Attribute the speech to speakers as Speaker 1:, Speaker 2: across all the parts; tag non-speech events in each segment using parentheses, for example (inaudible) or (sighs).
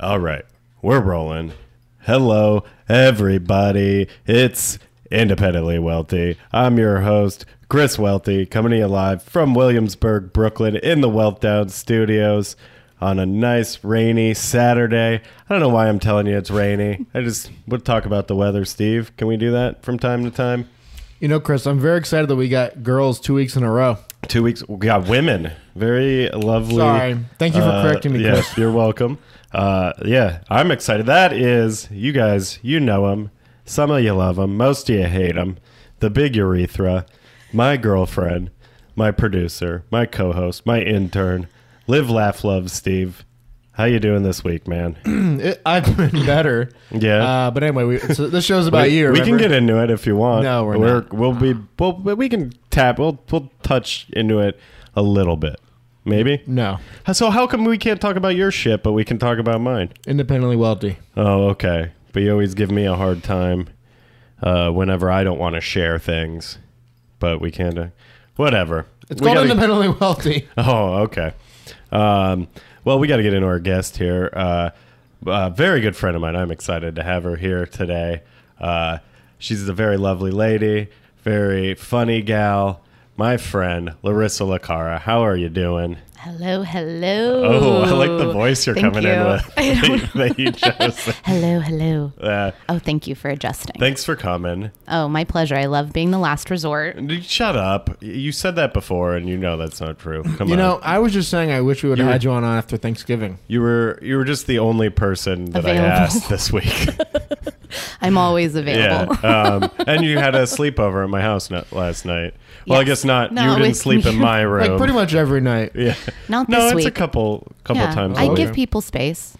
Speaker 1: All right, we're rolling. Hello, everybody. It's Independently Wealthy. I'm your host, Chris Wealthy, coming to you live from Williamsburg, Brooklyn, in the Weltdown Studios on a nice rainy Saturday. I don't know why I'm telling you it's rainy. I just would talk about the weather, Steve. Can we do that from time to time?
Speaker 2: You know, Chris, I'm very excited that we got girls two weeks in a row.
Speaker 1: Two weeks. We got women. Very lovely.
Speaker 2: Sorry. Thank you
Speaker 1: uh,
Speaker 2: for correcting me,
Speaker 1: yeah,
Speaker 2: Chris.
Speaker 1: You're welcome. Uh, yeah, I'm excited. That is, you guys, you know them. Some of you love them. Most of you hate them. The big urethra. My girlfriend. My producer. My co-host. My intern. Live, laugh, love, Steve. How you doing this week,
Speaker 2: (clears throat)
Speaker 1: man?
Speaker 2: It, (laughs) I've been better.
Speaker 1: Yeah.
Speaker 2: Uh, but anyway, we, so this show's about you.
Speaker 1: we can
Speaker 2: remember?
Speaker 1: get into it if you want.
Speaker 2: No, we're not.
Speaker 1: We'll be. Well, but we can tap. We'll we'll touch into it a little bit, maybe.
Speaker 2: No,
Speaker 1: So how come we can't talk about your shit, but we can talk about mine?
Speaker 2: independently wealthy.
Speaker 1: Oh, okay. But you always give me a hard time uh, whenever I don't want to share things, but we can't. Uh, whatever.
Speaker 2: It's
Speaker 1: We
Speaker 2: called
Speaker 1: gotta-
Speaker 2: independently wealthy.
Speaker 1: (laughs) Oh, okay. Um, well, we got to get into our guest here. Uh, a very good friend of mine. I'm excited to have her here today. Uh, she's a very lovely lady, very funny gal. My friend Larissa Lacara. How are you doing?
Speaker 3: Hello, hello.
Speaker 1: Oh, I like the voice you're
Speaker 3: Thank
Speaker 1: coming
Speaker 3: you.
Speaker 1: in
Speaker 3: (laughs) I don't-
Speaker 1: with (laughs) that you chose.
Speaker 3: hello, hello.
Speaker 1: Uh,
Speaker 3: Oh, thank you for adjusting.
Speaker 1: thanks for coming.
Speaker 3: oh, my pleasure. I love being the last resort.
Speaker 1: Shut up. You said that before, and you know that's not true. Come
Speaker 2: You
Speaker 1: on.
Speaker 2: know, I was just saying I wish we would have
Speaker 1: were-
Speaker 2: had you on after Thanksgiving.
Speaker 1: you were you were just the only person that I
Speaker 3: Available.
Speaker 1: asked this
Speaker 3: (laughs)
Speaker 1: week. (laughs)
Speaker 3: I'm always available. (laughs)
Speaker 1: Yeah. Um, and you had a sleepover at my house no- last night. Well, I
Speaker 3: Yes.
Speaker 1: guess not.
Speaker 3: No,
Speaker 1: you didn't
Speaker 3: with
Speaker 1: sleep
Speaker 3: me. (laughs)
Speaker 1: in my room.
Speaker 2: Like pretty much every night.
Speaker 1: Yeah.
Speaker 3: Not
Speaker 1: no,
Speaker 3: this
Speaker 1: it's a
Speaker 3: week.
Speaker 1: couple couple
Speaker 3: Yeah,
Speaker 1: times.
Speaker 3: I
Speaker 1: a
Speaker 3: give
Speaker 1: week.
Speaker 3: people space.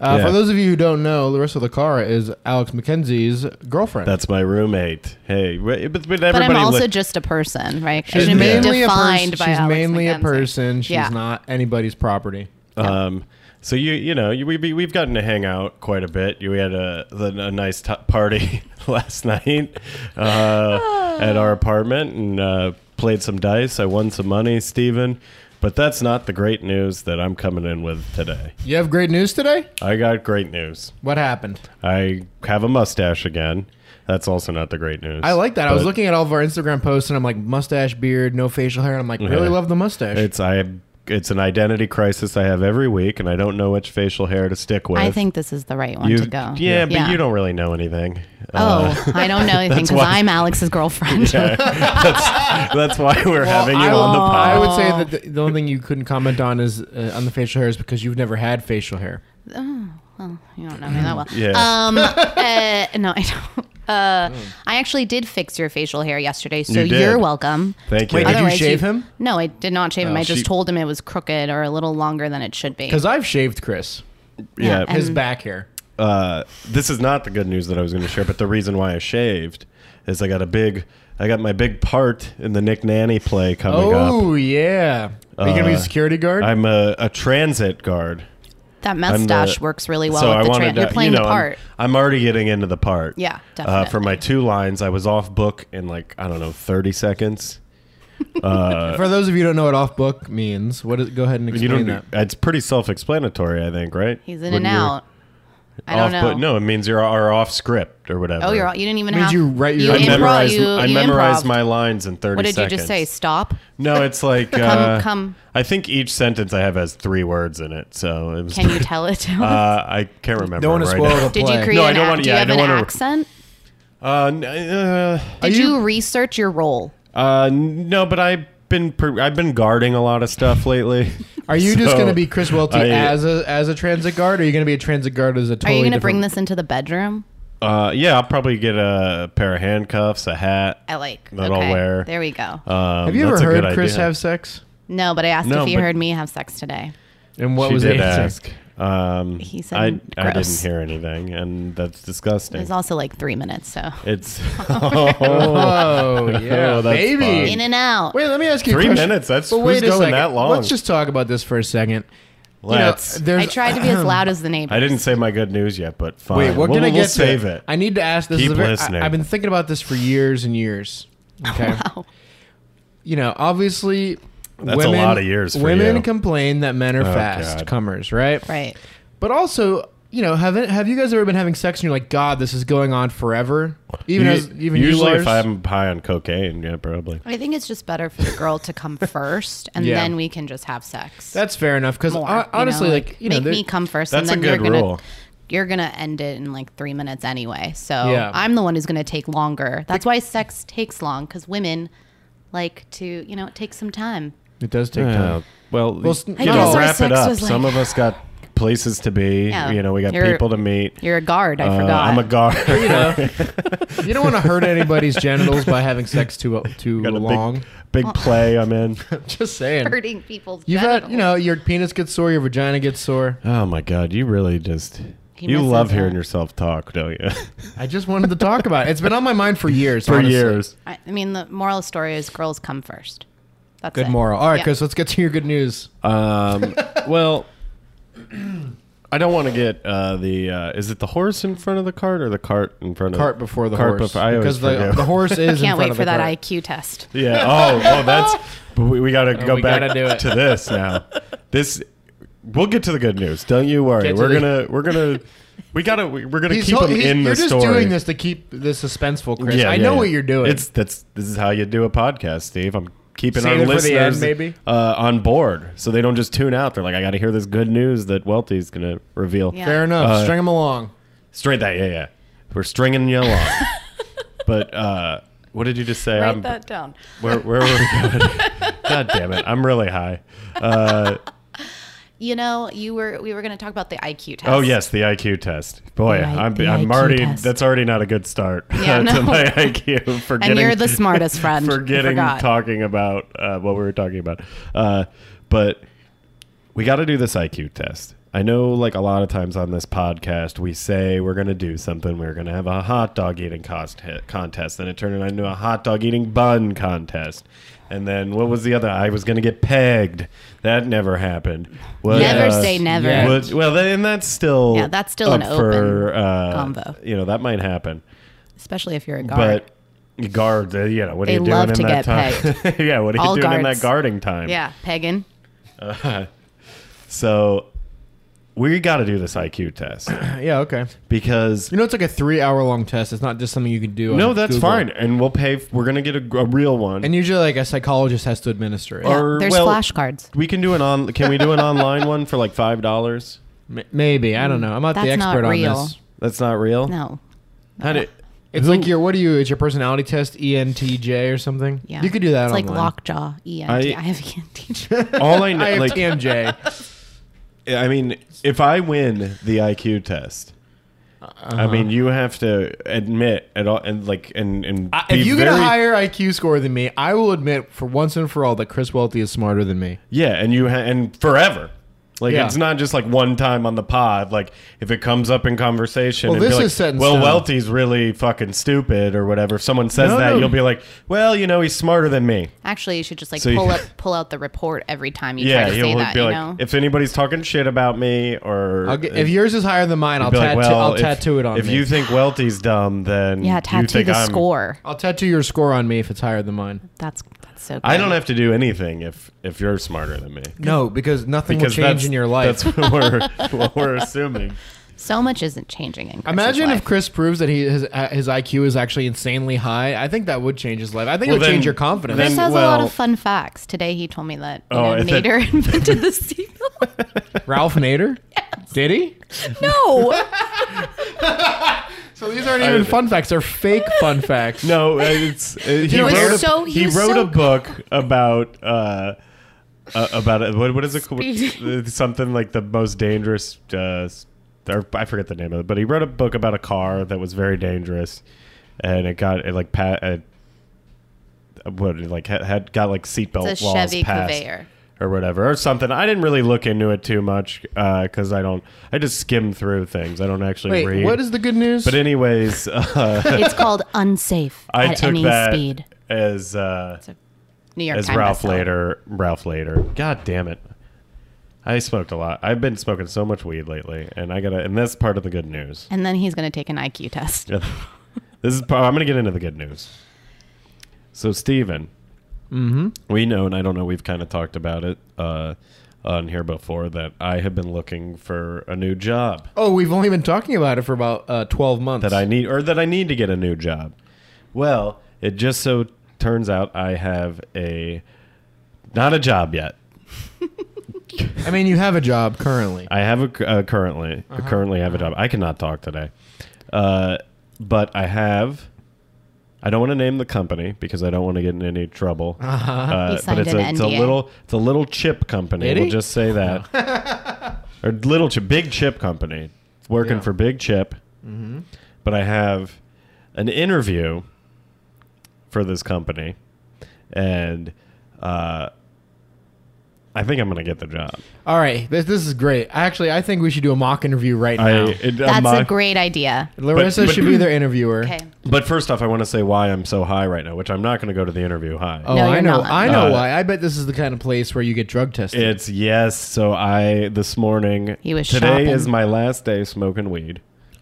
Speaker 2: Uh,
Speaker 1: Yeah.
Speaker 2: For those of you who don't know, Larissa Lacara is Alex McKenzie's girlfriend.
Speaker 1: That's my roommate. Hey, but, but everybody.
Speaker 3: But I'm also
Speaker 1: li-
Speaker 3: just a person, right? I
Speaker 2: she's
Speaker 3: shouldn't
Speaker 2: mainly
Speaker 3: be
Speaker 2: a
Speaker 3: defined
Speaker 2: person.
Speaker 3: by
Speaker 2: She's
Speaker 3: Alex
Speaker 2: mainly a
Speaker 3: McKenzie.
Speaker 2: person. She's
Speaker 3: Yeah.
Speaker 2: not anybody's property.
Speaker 1: Um, so you you know you, we we- we've gotten to hang out quite a bit. You- We had a the, a nice t- party (laughs) last night uh, at
Speaker 2: Ah.
Speaker 1: our apartment and uh, played some dice. I won some money, Steven. But that's not the great news that I'm coming in with today.
Speaker 2: You have great news today.
Speaker 1: I got great news.
Speaker 2: What happened?
Speaker 1: I have a mustache again. That's also not the great news.
Speaker 2: I like that. I was
Speaker 1: But
Speaker 2: looking at all of our Instagram posts and I'm like mustache, beard, no facial hair. And I'm like, really
Speaker 1: Yeah.
Speaker 2: love the mustache.
Speaker 1: It's I. It's an identity crisis I have every week, and I don't know which facial hair to stick with.
Speaker 3: I think this is the right one
Speaker 1: you,
Speaker 3: to go.
Speaker 1: Yeah, but you don't really know anything.
Speaker 3: Oh, (laughs) I don't
Speaker 1: (laughs)
Speaker 3: know anything because
Speaker 1: why-
Speaker 3: I'm Alex's girlfriend.
Speaker 1: That's why we're having you
Speaker 2: I,
Speaker 1: on the
Speaker 2: would-
Speaker 1: pod.
Speaker 2: I would say that the, the only thing you couldn't comment on is uh, on the facial hair is because you've never had facial hair.
Speaker 3: (laughs) Well, you don't know me that well.
Speaker 1: Yeah. (laughs)
Speaker 3: Um, uh, no, I don't. Uh, I actually did fix your facial hair yesterday, so
Speaker 1: You did.
Speaker 3: you are welcome.
Speaker 1: Thank you.
Speaker 2: Wait, did you
Speaker 3: Otherwise,
Speaker 2: shave him?
Speaker 3: No, I did not shave him. I just
Speaker 1: She-
Speaker 3: told him it was crooked or a little longer than it should be.
Speaker 2: Because I've shaved Chris,
Speaker 1: yeah,
Speaker 3: and-
Speaker 2: his back hair.
Speaker 1: uh, this is not the good news that I was going to share, but the reason why I shaved is I got a big, I got my big part in the Nick Nanny play coming up.
Speaker 2: Oh yeah, are you gonna
Speaker 1: Uh,
Speaker 2: be a security guard?
Speaker 1: I'm a, a transit guard.
Speaker 3: that
Speaker 1: I'm the-
Speaker 3: mustache works really well
Speaker 1: so I
Speaker 3: with the
Speaker 1: wanted
Speaker 3: tran
Speaker 1: to-
Speaker 3: You're playing
Speaker 1: you know,
Speaker 3: the
Speaker 1: I'm-
Speaker 3: part.
Speaker 1: I'm, already getting into the part.
Speaker 3: Yeah,
Speaker 1: Uh, for my two lines, I was off book in like I don't know thirty seconds.
Speaker 2: For those of you who don't know what off book means, what is, go ahead and
Speaker 1: You
Speaker 2: explain
Speaker 1: don't.
Speaker 2: that.
Speaker 1: It's pretty self-explanatory, I think, right?
Speaker 3: He's in
Speaker 1: When
Speaker 3: and
Speaker 1: you're
Speaker 3: out. I don't
Speaker 1: off
Speaker 3: know.
Speaker 1: book- no, it means you're are off script or whatever.
Speaker 3: Oh, you're all, you didn't even
Speaker 2: Means
Speaker 3: have
Speaker 2: you write
Speaker 3: you
Speaker 2: your-
Speaker 1: I
Speaker 2: improved.
Speaker 3: improv.
Speaker 1: memorized,
Speaker 3: You,
Speaker 1: I
Speaker 3: you
Speaker 1: memorized
Speaker 3: improved.
Speaker 1: my lines in 30
Speaker 3: What did you
Speaker 1: seconds.
Speaker 3: just say? Stop.
Speaker 1: No, it's like.
Speaker 3: (laughs) Come-
Speaker 1: uh,
Speaker 3: come.
Speaker 1: I think each sentence I have has three words in it. So it was.
Speaker 3: Can you tell it? to us?
Speaker 1: (laughs) Uh, I can't remember.
Speaker 2: Don't want to
Speaker 1: right
Speaker 2: spoil
Speaker 1: now.
Speaker 2: the
Speaker 3: Did you
Speaker 2: play.
Speaker 3: create
Speaker 1: No, I
Speaker 3: an
Speaker 1: don't
Speaker 3: ac-
Speaker 1: wanna-
Speaker 3: Do
Speaker 1: yeah,
Speaker 3: you
Speaker 1: I
Speaker 3: have
Speaker 1: don't
Speaker 3: an
Speaker 1: wanna-
Speaker 3: accent?
Speaker 1: (laughs) Uh, n- uh,
Speaker 3: Did
Speaker 2: you-
Speaker 3: you, research your role?
Speaker 1: uh, no, but I've been per- I've been guarding a lot of stuff lately.
Speaker 2: (laughs) Are you just
Speaker 1: So,
Speaker 2: gonna be Chris Welty
Speaker 1: I-
Speaker 2: as a as a transit guard, or are you gonna be a transit guard as a
Speaker 3: Are
Speaker 2: totally?
Speaker 3: you going to
Speaker 2: different-
Speaker 3: bring this into the bedroom?
Speaker 1: Uh, yeah, I'll probably get a pair of handcuffs, a hat.
Speaker 3: I like.
Speaker 1: That
Speaker 3: okay.
Speaker 1: I'll wear.
Speaker 3: There we go.
Speaker 1: Um,
Speaker 2: Have you ever
Speaker 1: that's a good
Speaker 2: heard Chris
Speaker 1: idea.
Speaker 2: have sex?
Speaker 3: no, but I asked
Speaker 1: no,
Speaker 3: if he
Speaker 1: but-
Speaker 3: heard me have sex today.
Speaker 2: And what
Speaker 1: she
Speaker 2: was
Speaker 1: did
Speaker 2: the answer?
Speaker 1: ask. Um,
Speaker 3: He said
Speaker 1: I, I didn't
Speaker 3: gross.
Speaker 1: hear anything, and that's disgusting.
Speaker 3: It was also like three minutes, so (laughs)
Speaker 1: It's (laughs)
Speaker 2: Oh yeah,
Speaker 1: Oh, that's
Speaker 2: baby.
Speaker 1: fun.
Speaker 3: in and out.
Speaker 2: Wait, let me ask you.
Speaker 1: Three
Speaker 2: a question.
Speaker 1: minutes, that's-
Speaker 2: But
Speaker 1: who's
Speaker 2: wait a
Speaker 1: going
Speaker 2: second.
Speaker 1: that long?
Speaker 2: Let's just talk about this for a second. You know,
Speaker 1: Let's.
Speaker 2: there's-
Speaker 3: I tried to be
Speaker 2: (clears throat)
Speaker 3: as loud as the neighbors.
Speaker 1: I didn't say my good news yet, but fine.
Speaker 2: Wait, what
Speaker 1: we'll,
Speaker 2: can I
Speaker 1: we'll
Speaker 2: get? to?
Speaker 1: save it.
Speaker 2: I need to ask this.
Speaker 1: Keep
Speaker 2: This is a very-
Speaker 1: listening.
Speaker 2: I, have been thinking about this for years and years. Okay.
Speaker 3: (laughs) Wow.
Speaker 2: You know, obviously,
Speaker 1: That's a
Speaker 2: women,
Speaker 1: lot of years for
Speaker 2: women
Speaker 1: you.
Speaker 2: complain that men are
Speaker 1: Oh,
Speaker 2: fast
Speaker 1: God.
Speaker 2: comers, right?
Speaker 3: Right.
Speaker 2: But also, you know, haven't have you guys ever been having sex and you're like, God, this is going on forever? Even
Speaker 1: You-
Speaker 2: as even you,
Speaker 1: usually,
Speaker 2: Lars?
Speaker 1: if I'm high on cocaine, yeah, probably.
Speaker 3: I think it's just better for the girl to (laughs) come first, and
Speaker 2: Yeah.
Speaker 3: then we can just have sex.
Speaker 2: That's fair enough. Because
Speaker 3: more, you
Speaker 2: honestly,
Speaker 3: know,
Speaker 2: like, you know,
Speaker 3: make
Speaker 2: there-
Speaker 3: me come first,
Speaker 1: That's
Speaker 3: and
Speaker 1: a
Speaker 3: then
Speaker 1: good
Speaker 3: you're gonna
Speaker 1: rule.
Speaker 3: you're gonna end it in like three minutes anyway. So
Speaker 2: Yeah.
Speaker 3: I'm the one who's gonna take longer. That's why sex takes long because women like to you know it takes some time.
Speaker 2: it does take time.
Speaker 1: well,
Speaker 2: Uh, Well, s-
Speaker 1: you
Speaker 2: I
Speaker 1: know,
Speaker 2: guess our
Speaker 1: wrap it
Speaker 3: sex
Speaker 1: up.
Speaker 3: was like-
Speaker 1: Some of us got places to be.
Speaker 3: Yeah.
Speaker 1: You know, we got
Speaker 3: You're-
Speaker 1: people to meet.
Speaker 3: You're a guard. I
Speaker 1: Uh,
Speaker 3: forgot.
Speaker 1: I'm a guard.
Speaker 3: (laughs)
Speaker 2: You know, you don't want to hurt anybody's genitals by having sex too uh, too
Speaker 1: got a
Speaker 2: long.
Speaker 1: big, (laughs) big play I'm in.
Speaker 2: (laughs) Just saying.
Speaker 3: hurting people's.
Speaker 2: You've had,
Speaker 3: genitals.
Speaker 2: you know, your penis gets sore, your vagina gets sore.
Speaker 1: Oh my god, you really just
Speaker 3: He
Speaker 1: you
Speaker 3: misses
Speaker 1: love
Speaker 3: that.
Speaker 1: hearing yourself talk, don't you? (laughs)
Speaker 2: I just wanted to talk about it. It's been on my mind for years.
Speaker 1: For
Speaker 2: honestly.
Speaker 1: years.
Speaker 3: I, I mean, the moral of the story is girls come first. That's
Speaker 2: Good
Speaker 3: it.
Speaker 2: moral. All right,
Speaker 3: Yeah.
Speaker 2: Chris, let's get to your good news.
Speaker 1: Um, (laughs) well, I don't want to get uh, the uh, is it the horse in front of the cart or the cart in front of
Speaker 2: Cart before the
Speaker 1: Uh, cart
Speaker 2: horse.
Speaker 1: before- I always
Speaker 2: because the,
Speaker 1: forget.
Speaker 2: the
Speaker 3: (laughs)
Speaker 2: horse is. in
Speaker 3: Can't
Speaker 2: front
Speaker 3: wait
Speaker 2: of
Speaker 3: for
Speaker 2: the
Speaker 3: that
Speaker 2: cart.
Speaker 3: IQ test.
Speaker 1: (laughs) Yeah. Oh, well,
Speaker 2: (laughs)
Speaker 1: that's. But we, we got to go
Speaker 2: Oh, we
Speaker 1: back
Speaker 2: gotta do it.
Speaker 1: to this now. This, we'll get to the good news. Don't you worry.
Speaker 2: Get to
Speaker 1: We're
Speaker 2: the-
Speaker 1: gonna, we're gonna, we gotta, we- we're gonna
Speaker 2: He's
Speaker 1: keep
Speaker 2: hol-
Speaker 1: him
Speaker 2: he's-
Speaker 1: in
Speaker 2: you're
Speaker 1: the
Speaker 2: just
Speaker 1: story.
Speaker 2: doing this to keep this suspenseful, Chris.
Speaker 1: Yeah,
Speaker 2: I
Speaker 1: yeah,
Speaker 2: know
Speaker 1: yeah.
Speaker 2: what you're doing.
Speaker 1: It's that's this is how you do a podcast, Steve. I'm keeping
Speaker 2: Save
Speaker 1: our
Speaker 2: it for the
Speaker 1: listeners
Speaker 2: end, maybe?
Speaker 1: Uh, on board, so they don't just tune out. They're like, I got to hear this good news that Welty's gonna reveal.
Speaker 3: Yeah.
Speaker 2: fair enough.
Speaker 1: Uh,
Speaker 2: String him along.
Speaker 1: Straight that, yeah, yeah. We're stringing you
Speaker 3: (laughs)
Speaker 1: along. but uh, what did you just say?
Speaker 3: Write
Speaker 1: I'm-
Speaker 3: that down.
Speaker 1: Where, where were we going?
Speaker 3: (laughs)
Speaker 1: God damn it! I'm really high. Uh,
Speaker 3: You know, you were we were going to talk about the IQ test.
Speaker 1: oh yes, the IQ test. Boy,
Speaker 3: Right,
Speaker 1: I'm,
Speaker 3: the
Speaker 1: I'm
Speaker 3: IQ
Speaker 1: already.
Speaker 3: test.
Speaker 1: That's already not a good start (laughs)
Speaker 3: Yeah,
Speaker 1: to
Speaker 3: no.
Speaker 1: my IQ. For
Speaker 3: And you're the smartest
Speaker 1: (laughs)
Speaker 3: friend. I
Speaker 1: Forgetting
Speaker 3: forgot.
Speaker 1: talking about uh, what we were talking about. Uh, but we got to do this IQ test. I know, like a lot of times on this podcast, we say we're going to do something. We're going to have a hot dog eating cost contest. Then it turned into a hot dog eating bun contest. And then what was the other? I was going to get pegged. That never happened. What,
Speaker 3: Never
Speaker 1: uh,
Speaker 3: say never.
Speaker 2: yeah.
Speaker 1: what- well, then that's still
Speaker 3: Yeah, that's still an
Speaker 1: up for,
Speaker 3: open
Speaker 1: uh,
Speaker 3: combo.
Speaker 1: You know that might happen,
Speaker 3: Especially if you're a guard.
Speaker 1: but guard. uh, You know what
Speaker 3: They
Speaker 1: are you doing
Speaker 3: love
Speaker 1: in
Speaker 3: to
Speaker 1: that
Speaker 3: get
Speaker 1: time? (laughs) yeah, what are you
Speaker 3: All
Speaker 1: doing in that
Speaker 3: guards.
Speaker 1: guarding time?
Speaker 3: yeah, Pagan.
Speaker 1: So we got to do this IQ test
Speaker 2: Yeah, okay.
Speaker 1: because
Speaker 2: You know, it's like a three-hour-long test. It's not just something you can do. on
Speaker 1: no, that's
Speaker 2: Google.
Speaker 1: fine, and we'll pay. f- We're gonna get a, a real one.
Speaker 2: And usually, like a psychologist has to administer it.
Speaker 1: Or-
Speaker 3: Yeah, there's
Speaker 1: well-
Speaker 3: flashcards.
Speaker 1: we can do an on. Can we do
Speaker 2: (laughs)
Speaker 1: an online one for like five dollars?
Speaker 2: M- maybe I don't know. I'm not the
Speaker 3: That's not
Speaker 2: expert on
Speaker 3: real.
Speaker 2: this.
Speaker 1: That's not real.
Speaker 3: No.
Speaker 1: How do,
Speaker 2: It's like your what do you? It's your personality test, E ENTJ or something.
Speaker 3: Yeah.
Speaker 2: you could do that.
Speaker 3: It's
Speaker 2: online.
Speaker 3: like lockjaw. ENT.
Speaker 1: I-
Speaker 3: I, have E
Speaker 1: (laughs)
Speaker 3: ENT.
Speaker 1: all
Speaker 2: (laughs)
Speaker 1: I know,
Speaker 2: I have
Speaker 1: like (laughs)
Speaker 2: TMJ.
Speaker 1: I mean, if I win the IQ test, I mean,
Speaker 2: Uh-huh.
Speaker 1: you have to admit at all, and like, and and
Speaker 2: I-
Speaker 1: be
Speaker 2: if you get a
Speaker 1: very-
Speaker 2: higher IQ score than me, I will admit for once and for all that Chris Welty is smarter than me.
Speaker 1: yeah, and you ha- and forever. Like
Speaker 2: Yeah.
Speaker 1: it's not just like one time on the pod. Like if it comes up in conversation,
Speaker 2: Well,
Speaker 1: and be
Speaker 2: this
Speaker 1: like,
Speaker 2: is set in
Speaker 1: well,
Speaker 2: stone."
Speaker 1: Welty's really fucking stupid or whatever. If someone says
Speaker 2: No,
Speaker 1: that,
Speaker 2: no.
Speaker 1: you'll be like, well, you know, he's smarter than me.
Speaker 3: Actually, you should just like
Speaker 1: So you-
Speaker 3: pull up pull out the report every time you
Speaker 1: Yeah,
Speaker 3: try to say
Speaker 1: he'll
Speaker 3: that,
Speaker 1: be
Speaker 3: you
Speaker 1: like,
Speaker 3: know.
Speaker 1: if anybody's talking shit about me or
Speaker 2: I'll get, if yours is higher than mine, I'll,
Speaker 1: Uh, be
Speaker 2: tattoo,
Speaker 1: like, well,
Speaker 2: I'll
Speaker 1: if-
Speaker 2: tattoo it on
Speaker 1: If
Speaker 2: me.
Speaker 1: you think Welty's dumb, then
Speaker 3: yeah,
Speaker 1: you
Speaker 3: tattoo
Speaker 1: think
Speaker 3: the
Speaker 1: I'm-
Speaker 3: score.
Speaker 2: I'll tattoo your score on me if it's higher than mine.
Speaker 3: That's that's so good.
Speaker 1: I don't have to do anything if if you're smarter than me.
Speaker 2: No, because nothing will change
Speaker 1: that's-
Speaker 2: in your life.
Speaker 1: That's what
Speaker 2: (laughs)
Speaker 1: we're, what we're assuming.
Speaker 3: so much isn't changing in Chris's
Speaker 2: Imagine
Speaker 3: life.
Speaker 2: if Chris proves that he his, uh, his IQ is actually insanely high. I think that would change his life. I think
Speaker 1: Well,
Speaker 2: it would
Speaker 1: then-
Speaker 2: change your confidence.
Speaker 1: then-
Speaker 3: Chris has a lot
Speaker 1: well-
Speaker 3: of fun facts. Today he told me that you
Speaker 1: Oh,
Speaker 3: know,
Speaker 1: I thought-
Speaker 3: Nader (laughs) invented the Oh, seagull.
Speaker 2: (laughs) Ralph
Speaker 1: (laughs)
Speaker 2: Nader? Did he?
Speaker 3: No.
Speaker 2: So these aren't even fun facts. They're fake fun facts.
Speaker 1: No, uh, it's
Speaker 3: (laughs)
Speaker 1: uh, he,
Speaker 2: know,
Speaker 1: wrote,
Speaker 2: he's
Speaker 1: a,
Speaker 3: so-
Speaker 1: he,
Speaker 3: he's
Speaker 1: wrote
Speaker 3: so
Speaker 1: a book about uh, uh, about it. What, what is it called?
Speaker 3: Speeding.
Speaker 1: Uh, Something like the most dangerous. Uh, s- or I forget the name of it, but he wrote a book about a car that was very dangerous, and it got it like pat. Uh, what it, like had, had got like seatbelt
Speaker 3: It's a
Speaker 1: walls
Speaker 3: Chevy
Speaker 1: passed
Speaker 3: conveyor.
Speaker 1: or whatever or something. I didn't really look into it too much because I don't. I just skim through things. I don't actually
Speaker 2: Wait,
Speaker 1: read.
Speaker 2: what is the good news?
Speaker 1: but anyways, (laughs) uh,
Speaker 3: it's
Speaker 1: (laughs)
Speaker 3: called unsafe
Speaker 1: I
Speaker 3: at
Speaker 1: took
Speaker 3: any
Speaker 1: that
Speaker 3: speed.
Speaker 1: as uh,
Speaker 3: New York
Speaker 1: as
Speaker 3: Times
Speaker 1: Ralph
Speaker 3: bestseller.
Speaker 1: later. Ralph later. God damn it! I smoked a lot. I've been smoking so much weed lately, and I gotta. And that's part of the good news. (laughs)
Speaker 3: And then he's going to take an IQ test.
Speaker 1: this is. Part, I'm gonna get into the good news. So Steven,
Speaker 2: Mm-hmm.
Speaker 1: we know, and I don't know. We've kind of talked about it. Uh, on here before that I have been looking for a new job
Speaker 2: Oh, we've only been talking about it for about uh, 12 months.
Speaker 1: that I need or that I need to get a new job. Well, it just so turns out I have a not a job yet.
Speaker 2: I mean, you have a job currently.
Speaker 1: I have a uh, currently
Speaker 2: Uh-huh.
Speaker 1: currently have a job. I cannot talk today, uh, but I have. I don't want to name the company because I don't want to get in any trouble. Uh-huh.
Speaker 3: He
Speaker 1: but
Speaker 3: signed
Speaker 1: it's
Speaker 3: an
Speaker 1: a, it's a
Speaker 3: NDA.
Speaker 1: little it's a little chip company.
Speaker 2: Did he?
Speaker 1: We'll just say that,
Speaker 2: (laughs)
Speaker 1: or little chip, big chip company, working
Speaker 2: Yeah. Mm-hmm.
Speaker 1: for big chip. But I have an interview for this company, and uh, I think I'm going to get the job.
Speaker 2: All right, this, this is great. Actually, I think we should do a mock interview right now.
Speaker 1: I, it-
Speaker 3: That's
Speaker 1: my-
Speaker 3: a great idea.
Speaker 2: Larissa
Speaker 1: But- but-
Speaker 2: should be their interviewer.
Speaker 3: Okay.
Speaker 1: But first off, I want to say why I'm so high right now, which I'm not going to go to the interview high.
Speaker 2: Oh,
Speaker 3: No,
Speaker 2: I
Speaker 3: you're
Speaker 2: know.
Speaker 3: not.
Speaker 2: I know
Speaker 1: Uh,
Speaker 2: why. I bet this is the kind of place where you get drug tested.
Speaker 1: It's yes. So I this morning.
Speaker 3: He was
Speaker 1: today
Speaker 3: shopping.
Speaker 1: is my last day smoking weed,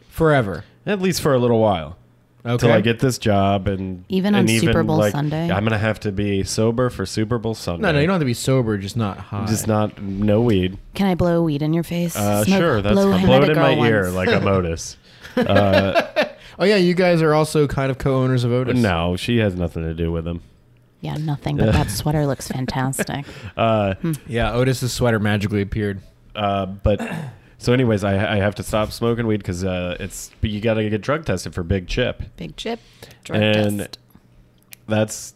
Speaker 2: forever.
Speaker 1: at least for a little while,
Speaker 2: Okay.
Speaker 1: until I get this job and
Speaker 3: Even on
Speaker 1: and
Speaker 3: Super Bowl
Speaker 1: like,
Speaker 3: Sunday?
Speaker 1: I'm going to have to be sober for Super Bowl Sunday.
Speaker 2: no, no, you don't have to be sober, just not high.
Speaker 1: Just not no weed.
Speaker 3: Can I blow weed in your face?
Speaker 1: Uh,
Speaker 3: Smoke-
Speaker 1: sure, that's
Speaker 3: blow,
Speaker 1: fine.
Speaker 3: I
Speaker 1: blow
Speaker 3: met
Speaker 1: it
Speaker 3: a
Speaker 1: in my
Speaker 3: girl
Speaker 1: ear
Speaker 3: once.
Speaker 1: like
Speaker 3: (laughs)
Speaker 1: I'm Otis.
Speaker 2: Oh yeah, you guys are also kind of co-owners of Otis.
Speaker 1: no, she has nothing to do with him.
Speaker 3: Yeah, nothing.
Speaker 1: (laughs)
Speaker 3: But that sweater looks fantastic.
Speaker 2: Yeah, Otis's sweater magically appeared.
Speaker 1: Uh, but so, anyways, I, I have to stop smoking weed because uh, it's but you got to get drug tested for Big Chip.
Speaker 3: Big chip. Drug
Speaker 1: and
Speaker 3: test.
Speaker 1: that's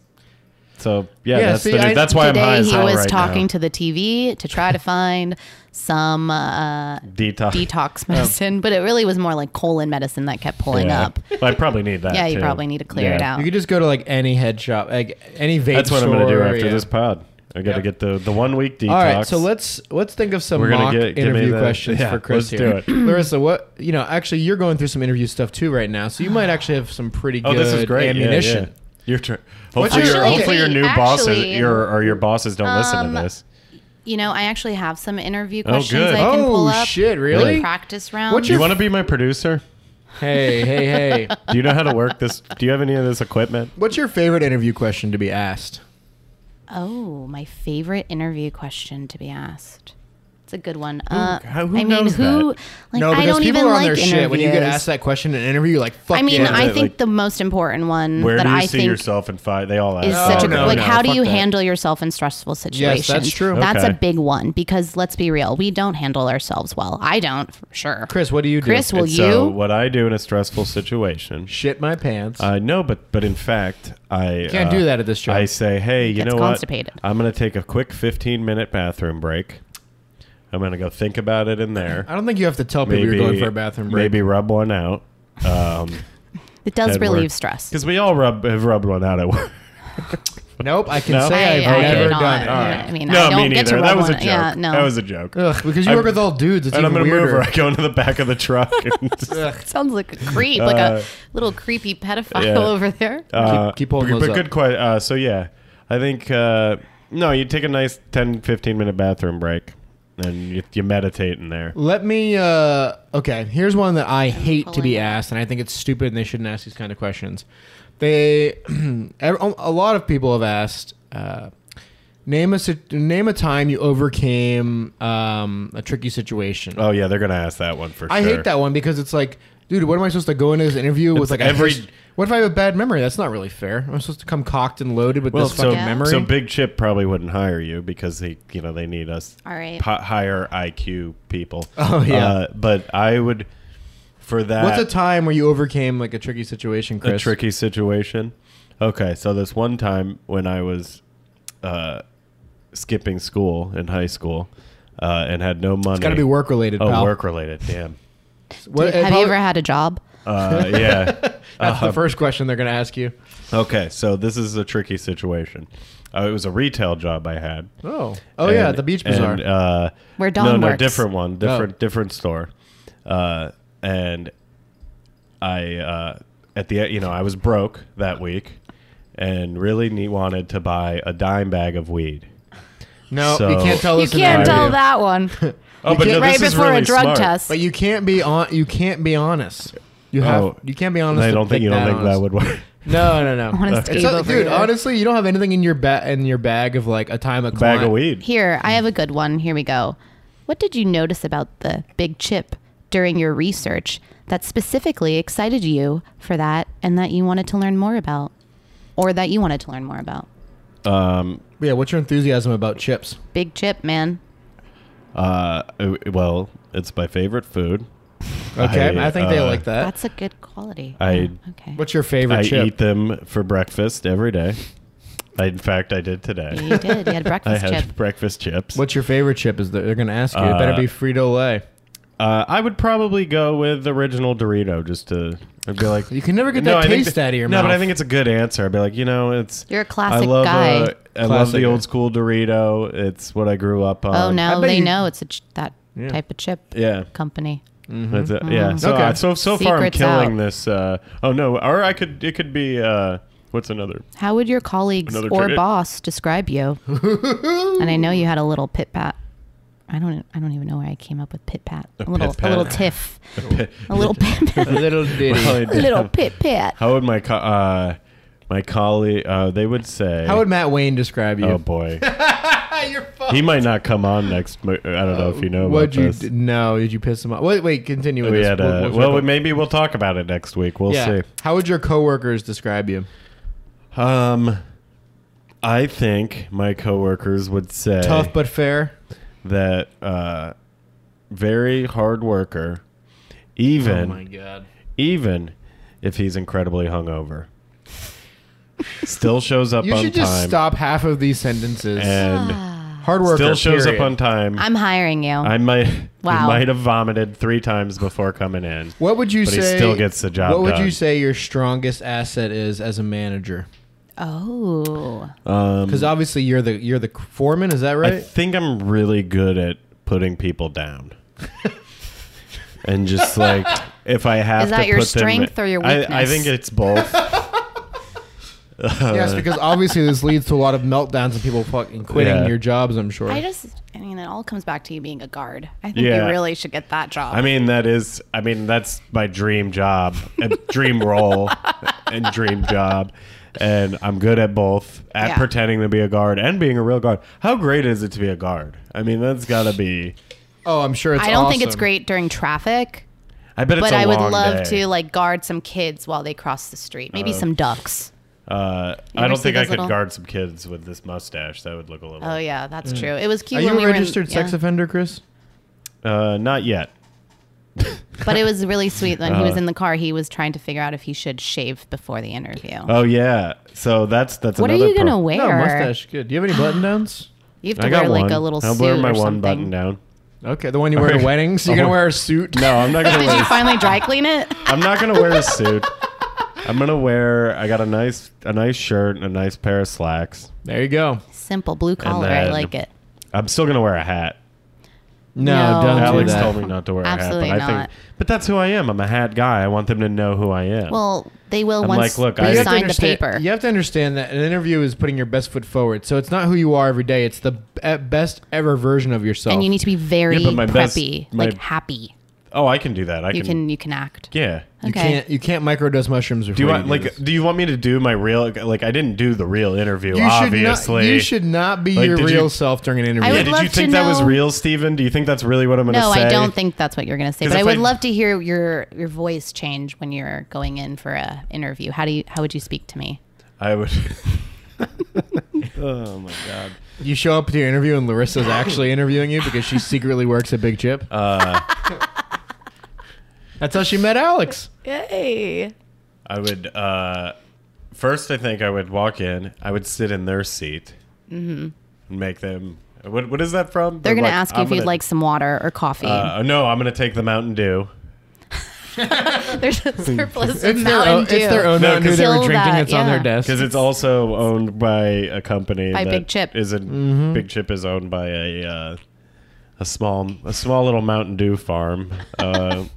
Speaker 1: so yeah,
Speaker 2: Yeah,
Speaker 1: that's
Speaker 2: see,
Speaker 1: the new-
Speaker 2: I-
Speaker 1: that's why I'm high
Speaker 3: Today
Speaker 1: as
Speaker 3: he
Speaker 1: hell
Speaker 3: was
Speaker 1: right
Speaker 3: talking
Speaker 1: now.
Speaker 3: to the TV to try to find some
Speaker 1: (laughs)
Speaker 3: uh,
Speaker 1: detox
Speaker 3: detox medicine, but it really was more like colon medicine that kept pulling
Speaker 1: Um, (laughs) Yeah.
Speaker 3: up.
Speaker 1: But I probably need that.
Speaker 3: (laughs) Yeah, you
Speaker 1: too.
Speaker 3: probably need to clear it
Speaker 1: Yeah.
Speaker 3: out.
Speaker 2: You could just go to like any head shop, like any vape.
Speaker 1: That's what I'm gonna do
Speaker 2: store,
Speaker 1: after
Speaker 2: yeah.
Speaker 1: this pod. I got to
Speaker 2: Yep.
Speaker 1: get the the one week detox.
Speaker 2: All right, so let's let's think of some
Speaker 1: We're gonna
Speaker 2: mock
Speaker 1: get- give me
Speaker 2: interview
Speaker 1: the-
Speaker 2: questions
Speaker 1: yeah,
Speaker 2: for Chris
Speaker 1: let's
Speaker 2: here.
Speaker 1: do it.
Speaker 2: (clears throat) Larissa, what you know? Actually, you're going through some interview stuff too right now, so you might actually have some pretty good
Speaker 1: Oh, this is great.
Speaker 2: ammunition.
Speaker 1: Yeah, yeah. Your turn.
Speaker 2: What's
Speaker 1: Hopefully,
Speaker 2: your-
Speaker 1: your,
Speaker 2: Actually,
Speaker 1: hopefully your new
Speaker 3: actually-
Speaker 1: bosses, your or your bosses don't listen to
Speaker 3: um,
Speaker 1: this.
Speaker 3: You know, I actually have some interview questions
Speaker 1: good.
Speaker 3: I can
Speaker 2: Oh,
Speaker 3: pull up.
Speaker 2: shit, really?
Speaker 3: Like practice round.
Speaker 2: What's
Speaker 1: Do you
Speaker 2: your-
Speaker 1: want to be my producer?
Speaker 2: Hey, hey, hey!
Speaker 3: (laughs)
Speaker 1: Do you know how to work this? Do you have any of this equipment?
Speaker 2: What's your favorite interview question to be asked?
Speaker 3: oh, my favorite interview question to be asked. It's a good one. Uh,
Speaker 1: how- who
Speaker 3: I mean,
Speaker 1: knows
Speaker 3: who?
Speaker 1: that?
Speaker 3: Like,
Speaker 2: no,
Speaker 3: I
Speaker 2: because
Speaker 3: don't
Speaker 2: people
Speaker 3: even
Speaker 2: are on
Speaker 3: like
Speaker 2: their
Speaker 3: interviews.
Speaker 2: shit. When you get asked that question in an interview, you're like, "Fuck
Speaker 3: I mean,
Speaker 2: yeah.
Speaker 3: I
Speaker 1: Like-
Speaker 3: think the most important one
Speaker 1: Where
Speaker 3: that
Speaker 1: do you
Speaker 3: I
Speaker 1: see
Speaker 3: think
Speaker 1: yourself in five? They all ask.
Speaker 3: is
Speaker 1: that.
Speaker 3: such a
Speaker 2: Oh, no,
Speaker 3: like
Speaker 2: no,
Speaker 3: how do
Speaker 1: fuck
Speaker 3: you
Speaker 1: that.
Speaker 3: handle yourself in stressful situations
Speaker 2: true.
Speaker 3: that's a
Speaker 1: Okay.
Speaker 3: big one because let's be real we don't handle ourselves well i don't for sure
Speaker 2: Chris, what do you do?
Speaker 3: Chris will
Speaker 1: And So
Speaker 3: you
Speaker 1: what I do in a stressful situation
Speaker 2: shit my pants.
Speaker 1: Uh, no, but but in fact, I
Speaker 2: Can't
Speaker 1: uh,
Speaker 2: do that at this job.
Speaker 1: I say, hey, you
Speaker 3: Gets
Speaker 1: know
Speaker 3: constipated.
Speaker 1: what? I'm going to take a quick 15 minute bathroom break. I'm going to go think about it in
Speaker 2: (laughs)
Speaker 1: there.
Speaker 2: I don't think you have to tell people
Speaker 1: Maybe
Speaker 2: you're going for a bathroom break.
Speaker 1: Maybe rub one out. Um,
Speaker 3: it does
Speaker 1: at
Speaker 3: relieve
Speaker 1: work.
Speaker 3: stress
Speaker 1: because we all rub have rubbed one out at work.
Speaker 2: Nope, I can
Speaker 1: No?
Speaker 2: say
Speaker 3: I,
Speaker 2: I've
Speaker 3: I
Speaker 2: never
Speaker 3: did not.
Speaker 2: done it.
Speaker 1: All right.
Speaker 3: I mean,
Speaker 1: no,
Speaker 3: I don't
Speaker 1: me
Speaker 3: get
Speaker 1: neither.
Speaker 3: to rub
Speaker 1: that was
Speaker 3: one.
Speaker 1: a joke.
Speaker 3: Yeah, no.
Speaker 1: That was a joke.
Speaker 2: Ugh, because you
Speaker 1: I'm-
Speaker 2: work with all dudes, it's
Speaker 1: and I'm
Speaker 2: even
Speaker 1: gonna move
Speaker 2: weirder.
Speaker 1: her. I go into the back of the
Speaker 2: (laughs)
Speaker 1: truck. And just,
Speaker 3: Sounds like a creep, like
Speaker 1: Uh,
Speaker 3: a little creepy pedophile
Speaker 1: yeah.
Speaker 3: over there.
Speaker 1: Uh,
Speaker 2: keep holding
Speaker 1: but,
Speaker 2: those
Speaker 1: but
Speaker 2: up.
Speaker 1: good question. Uh, so yeah, I think uh, no, you take a nice 10, 15 minute bathroom break, and you, you meditate in there.
Speaker 2: Let me. Uh, okay, here's one that I hate to be
Speaker 3: pulling.
Speaker 2: asked, and I think it's stupid, and they shouldn't ask these kind of questions. They, (clears throat) ev- um, a lot of people have asked. Uh, name a sit- name a time you overcame um, a tricky situation.
Speaker 1: Oh yeah, they're gonna ask that one for
Speaker 2: I
Speaker 1: sure.
Speaker 2: hate that one because it's like, dude, what am I supposed to go into this interview with
Speaker 1: It's
Speaker 2: like
Speaker 1: every-
Speaker 2: A his- what if I have a bad memory? That's not really fair. I'm supposed to come cocked and loaded with
Speaker 1: Well,
Speaker 2: this
Speaker 1: so,
Speaker 2: fucking
Speaker 3: Yeah.
Speaker 2: memory.
Speaker 1: so Big Chip probably wouldn't hire you because they, you know, they need us
Speaker 3: All right.
Speaker 1: po- higher IQ people.
Speaker 2: (laughs) Oh, yeah.
Speaker 1: Uh, but I would for that.
Speaker 2: What's a time where you overcame like a tricky situation, Chris?
Speaker 1: a tricky situation. Okay, so this one time when I was uh, skipping school in high school uh, and had no money.
Speaker 2: It's got to be work related,
Speaker 1: Oh,
Speaker 2: pal.
Speaker 1: work related. Damn.
Speaker 2: What- uh,
Speaker 3: Have
Speaker 2: probably-
Speaker 3: you ever had a job?
Speaker 1: Uh,
Speaker 2: (laughs)
Speaker 1: yeah.
Speaker 2: That's
Speaker 1: Uh-huh.
Speaker 2: the first question they're going to ask you.
Speaker 1: Okay, so this is a tricky situation. Uh, it was a retail job I had.
Speaker 2: Oh, oh yeah,
Speaker 1: And-
Speaker 2: the beach bazaar. Oh.
Speaker 1: and, uh,
Speaker 3: Where Dawn
Speaker 1: no, no,
Speaker 3: works.
Speaker 1: different one, different, different store. Uh, and I, uh, at the, you know, I was broke that week, and really ne- wanted to buy a dime bag of weed.
Speaker 2: no, you
Speaker 1: so-
Speaker 2: can't tell
Speaker 3: You
Speaker 2: this. in
Speaker 3: can't
Speaker 2: an
Speaker 3: tell
Speaker 2: interview.
Speaker 3: that one.
Speaker 2: (laughs)
Speaker 1: Oh,
Speaker 2: can't-
Speaker 3: right before a drug test.
Speaker 2: But you can't be on. You can't be honest. You have.
Speaker 1: Oh.
Speaker 2: you can't be honest.
Speaker 1: I
Speaker 2: to
Speaker 1: don't think
Speaker 2: think
Speaker 1: you don't
Speaker 2: that
Speaker 1: think
Speaker 2: honest.
Speaker 1: that would work. (laughs)
Speaker 2: No, no, no.
Speaker 3: (laughs) I wanna stave
Speaker 2: It's not-
Speaker 3: over
Speaker 2: dude,
Speaker 3: here.
Speaker 2: honestly, you don't have anything in your ba- in your bag of like a time of
Speaker 1: Bag
Speaker 2: climb-
Speaker 1: of weed.
Speaker 3: Here, I have a good one. Here we go. What did you notice about the big chip during your research that specifically excited you for that and that you wanted to learn more about? Or that you wanted to learn more about?
Speaker 1: Um,
Speaker 2: Yeah, what's your enthusiasm about chips?
Speaker 3: Big chip, man.
Speaker 1: uh, well, it's my favorite food.
Speaker 2: Okay, I,
Speaker 1: I,
Speaker 2: think they
Speaker 1: uh,
Speaker 2: like that.
Speaker 3: That's a good quality.
Speaker 1: I-
Speaker 3: Yeah, okay.
Speaker 2: What's your favorite
Speaker 1: I
Speaker 2: chip?
Speaker 1: eat them for breakfast every day. I, in fact, I did today.
Speaker 3: you did. You
Speaker 1: (laughs)
Speaker 3: had
Speaker 1: I
Speaker 3: breakfast
Speaker 1: had
Speaker 3: chip.
Speaker 1: breakfast chips.
Speaker 2: What's your favorite chip? Is that they're gonna ask you? it better
Speaker 1: Uh,
Speaker 2: be Frito Lay.
Speaker 1: Uh, I would probably go with original Dorito just to. I'd be like,
Speaker 2: You can never get
Speaker 1: No,
Speaker 2: that
Speaker 1: I think
Speaker 2: taste
Speaker 1: that-
Speaker 2: out of your
Speaker 1: no,
Speaker 2: mouth.
Speaker 1: but I think it's a good answer. I'd be like, you know, it's
Speaker 3: You're a
Speaker 1: I
Speaker 3: classic
Speaker 1: love
Speaker 3: guy.
Speaker 1: uh, I love
Speaker 2: Classic
Speaker 1: the
Speaker 2: guy.
Speaker 1: old school Dorito. It's what I grew up on.
Speaker 3: oh, now
Speaker 2: I bet
Speaker 3: they
Speaker 2: you-
Speaker 3: know it's a ch- that
Speaker 2: Yeah.
Speaker 3: type of chip
Speaker 1: Yeah,
Speaker 3: company.
Speaker 1: Mm-hmm. that's it. yeah. So
Speaker 2: Okay.
Speaker 1: I- so so far I'm
Speaker 3: Mm-hmm. Secret's
Speaker 1: killing
Speaker 3: out.
Speaker 1: this. Uh, oh no, or I could it could be uh, what's another? (laughs)
Speaker 3: How would your colleagues
Speaker 1: Another
Speaker 3: or
Speaker 1: trick.
Speaker 3: boss describe you? and I know you had a little pit pat. I don't. I don't even know where I came up with pit pat. A, little.
Speaker 1: pit pat.
Speaker 3: A little tiff. A little pit pat.
Speaker 1: (laughs)
Speaker 2: a (laughs) little ditty.
Speaker 1: Well,
Speaker 3: (laughs) A little pit pat.
Speaker 1: How would my co- uh, my colleague? Uh, they would say.
Speaker 2: How would Matt Wayne describe you? Ah,
Speaker 1: oh
Speaker 2: (laughs)
Speaker 1: boy,
Speaker 2: You're fucked.
Speaker 1: he might not come on next. mo- I don't know if you know
Speaker 2: What'd
Speaker 1: about
Speaker 2: you
Speaker 1: this.
Speaker 2: d- no? Did you piss him off? Wait, wait. Continue with
Speaker 1: we
Speaker 2: this.
Speaker 1: had
Speaker 2: We'll-
Speaker 1: uh,
Speaker 2: we'll-
Speaker 1: well, we- maybe we'll talk about it next week. We'll
Speaker 2: yeah.
Speaker 1: see.
Speaker 2: How would your coworkers describe you?
Speaker 1: Um, I think my coworkers would say
Speaker 2: Tough but fair.
Speaker 1: that uh, very hard worker, even
Speaker 2: Oh god.
Speaker 1: even if he's incredibly hungover, still shows up
Speaker 2: You
Speaker 1: on
Speaker 2: should just
Speaker 1: time
Speaker 2: stop half of these sentences.
Speaker 1: and
Speaker 2: Hard worker.
Speaker 1: still shows
Speaker 2: period.
Speaker 1: up on time.
Speaker 3: Ah, I'm hiring you.
Speaker 1: I might
Speaker 3: Wow.
Speaker 1: might have vomited three times before coming in.
Speaker 2: What would you
Speaker 1: But
Speaker 2: say?
Speaker 1: he still gets the job
Speaker 2: What would
Speaker 1: done.
Speaker 2: you say your strongest asset is as a manager?
Speaker 3: oh.
Speaker 1: Um,
Speaker 2: Because obviously you're the you're the foreman. Is that
Speaker 1: I
Speaker 2: right?
Speaker 1: think I'm really good at putting people down. and just like if I have
Speaker 3: Is that
Speaker 1: to
Speaker 3: your
Speaker 1: put them-
Speaker 3: strength or your
Speaker 1: I, I
Speaker 3: weakness?
Speaker 1: think it's both. uh,
Speaker 2: yes, because obviously this leads to a lot of meltdowns and people fucking quitting
Speaker 1: Yeah.
Speaker 2: your jobs. I'm sure.
Speaker 3: I just. I mean, it all comes back to you being a guard. I think
Speaker 1: Yeah.
Speaker 3: you really should get that job.
Speaker 1: I mean that is I mean that's my dream job, and dream role and dream job. And I'm good at both, at
Speaker 3: Yeah.
Speaker 1: pretending to be a guard and being a real guard. How great is it to be a guard? I mean, that's got to be.
Speaker 2: oh, I'm sure it's.
Speaker 3: I don't think it's
Speaker 2: awesome.
Speaker 3: great during traffic,
Speaker 1: I bet it's.
Speaker 3: but
Speaker 1: I
Speaker 3: I would love to like guard some kids while they cross the street. Maybe some ducks.
Speaker 1: Uh,
Speaker 3: ever
Speaker 1: I don't
Speaker 3: see
Speaker 1: think I
Speaker 3: those
Speaker 1: could
Speaker 3: little-
Speaker 1: guard some kids with this mustache. That would look a little.
Speaker 3: Oh yeah, that's true. It was cute
Speaker 2: Are
Speaker 3: when
Speaker 2: you
Speaker 3: we
Speaker 2: a registered
Speaker 3: were in,
Speaker 2: sex
Speaker 3: yeah.
Speaker 2: offender, Chris?
Speaker 1: Uh, not yet.
Speaker 3: But it was really sweet when
Speaker 1: Uh,
Speaker 3: he was in the car. He was trying to figure out if he should shave before the interview.
Speaker 1: Oh yeah. So that's that's.
Speaker 3: what are
Speaker 1: another
Speaker 3: you gonna
Speaker 1: pro-
Speaker 3: wear?
Speaker 2: No mustache. Good. Do you have any button downs?
Speaker 3: You have to
Speaker 1: I
Speaker 3: wear
Speaker 1: got
Speaker 3: like
Speaker 1: one.
Speaker 3: a little
Speaker 1: I'll
Speaker 3: suit
Speaker 1: wear my
Speaker 3: or
Speaker 1: one
Speaker 3: something.
Speaker 1: button down.
Speaker 2: Okay, the one you wear to
Speaker 1: Okay.
Speaker 2: weddings. You're gonna wear a suit.
Speaker 1: Oh. No, I'm
Speaker 3: (laughs)
Speaker 1: not gonna
Speaker 3: Did you
Speaker 1: wear. (laughs)
Speaker 3: finally dry clean it?
Speaker 1: I'm not gonna wear a suit. I'm gonna wear. I got a nice a nice shirt and a nice pair of slacks.
Speaker 2: (laughs) There you go.
Speaker 3: Simple blue collar. I
Speaker 1: then-
Speaker 3: like it.
Speaker 1: I'm still gonna wear a hat.
Speaker 2: No,
Speaker 3: No.
Speaker 2: don't do
Speaker 1: Alex
Speaker 2: that.
Speaker 1: told me not to wear
Speaker 3: Absolutely
Speaker 1: a hat, but I think.
Speaker 3: not.
Speaker 1: But that's who I am. I'm a hat guy. I want them to know who I am.
Speaker 3: Well, they will
Speaker 1: I'm
Speaker 3: once
Speaker 1: like, look,
Speaker 3: you
Speaker 1: I-
Speaker 2: But
Speaker 1: You
Speaker 2: have to
Speaker 3: sign the
Speaker 2: understand-
Speaker 3: paper.
Speaker 2: You have to understand that an interview is putting your best foot forward. So it's not who you are every day. It's the b- at best ever version of yourself.
Speaker 3: And you need to be very
Speaker 1: Yeah, but my best-
Speaker 3: preppy,
Speaker 1: my-
Speaker 3: like happy.
Speaker 1: oh, I can do that. I
Speaker 3: You
Speaker 1: can.
Speaker 3: can you can act.
Speaker 1: yeah.
Speaker 2: You
Speaker 3: Okay.
Speaker 2: can't you can't microdose mushrooms. Before
Speaker 1: Do you want
Speaker 2: do
Speaker 1: like?
Speaker 2: this.
Speaker 1: Do you want me to do my real? Like I didn't do the real interview.
Speaker 2: You
Speaker 1: obviously,
Speaker 2: should not. You should not be
Speaker 1: Like,
Speaker 2: your
Speaker 1: did
Speaker 2: real
Speaker 1: you-
Speaker 2: self during an
Speaker 3: I
Speaker 2: interview.
Speaker 1: Yeah,
Speaker 3: would
Speaker 1: did
Speaker 3: love
Speaker 1: you
Speaker 3: to
Speaker 1: think that was
Speaker 3: know-
Speaker 1: real, Steven? Do you think that's really what I'm going to
Speaker 3: No,
Speaker 1: say?
Speaker 3: I don't think that's what you're going to say.
Speaker 1: 'Cause
Speaker 3: But I
Speaker 1: if
Speaker 3: would
Speaker 1: I-
Speaker 3: love to hear your your voice change when you're going in for a interview. How do you how would you speak to me?
Speaker 1: I
Speaker 2: (laughs)
Speaker 1: would. (laughs) oh my god.
Speaker 2: you show up to your interview and Larissa's actually interviewing you because she secretly works at Big Chip. (laughs) That's how she met Alex.
Speaker 3: Yay!
Speaker 1: I would. Uh, first, I think I would walk in. I would sit in their seat. Mm-hmm. And make them. What, what is that from?
Speaker 3: They're gonna
Speaker 1: like,
Speaker 3: ask you
Speaker 1: I'm
Speaker 3: if you'd
Speaker 1: gonna-
Speaker 3: like some water or coffee.
Speaker 1: Uh, no, I'm going to take the Mountain Dew.
Speaker 3: (laughs) There's a surplus of
Speaker 2: It's their,
Speaker 3: Mountain
Speaker 2: own,
Speaker 3: Dew.
Speaker 2: it's their own
Speaker 1: No,
Speaker 2: Mountain Dew they were
Speaker 3: Kill
Speaker 2: drinking.
Speaker 3: that,
Speaker 2: it's on their
Speaker 3: yeah.
Speaker 2: desk.
Speaker 1: Because it's also owned by a company.
Speaker 3: By
Speaker 1: that
Speaker 3: Big Chip.
Speaker 1: Is a Big Chip is owned by a uh, a small a small little Mountain Dew farm. Uh,
Speaker 3: (laughs)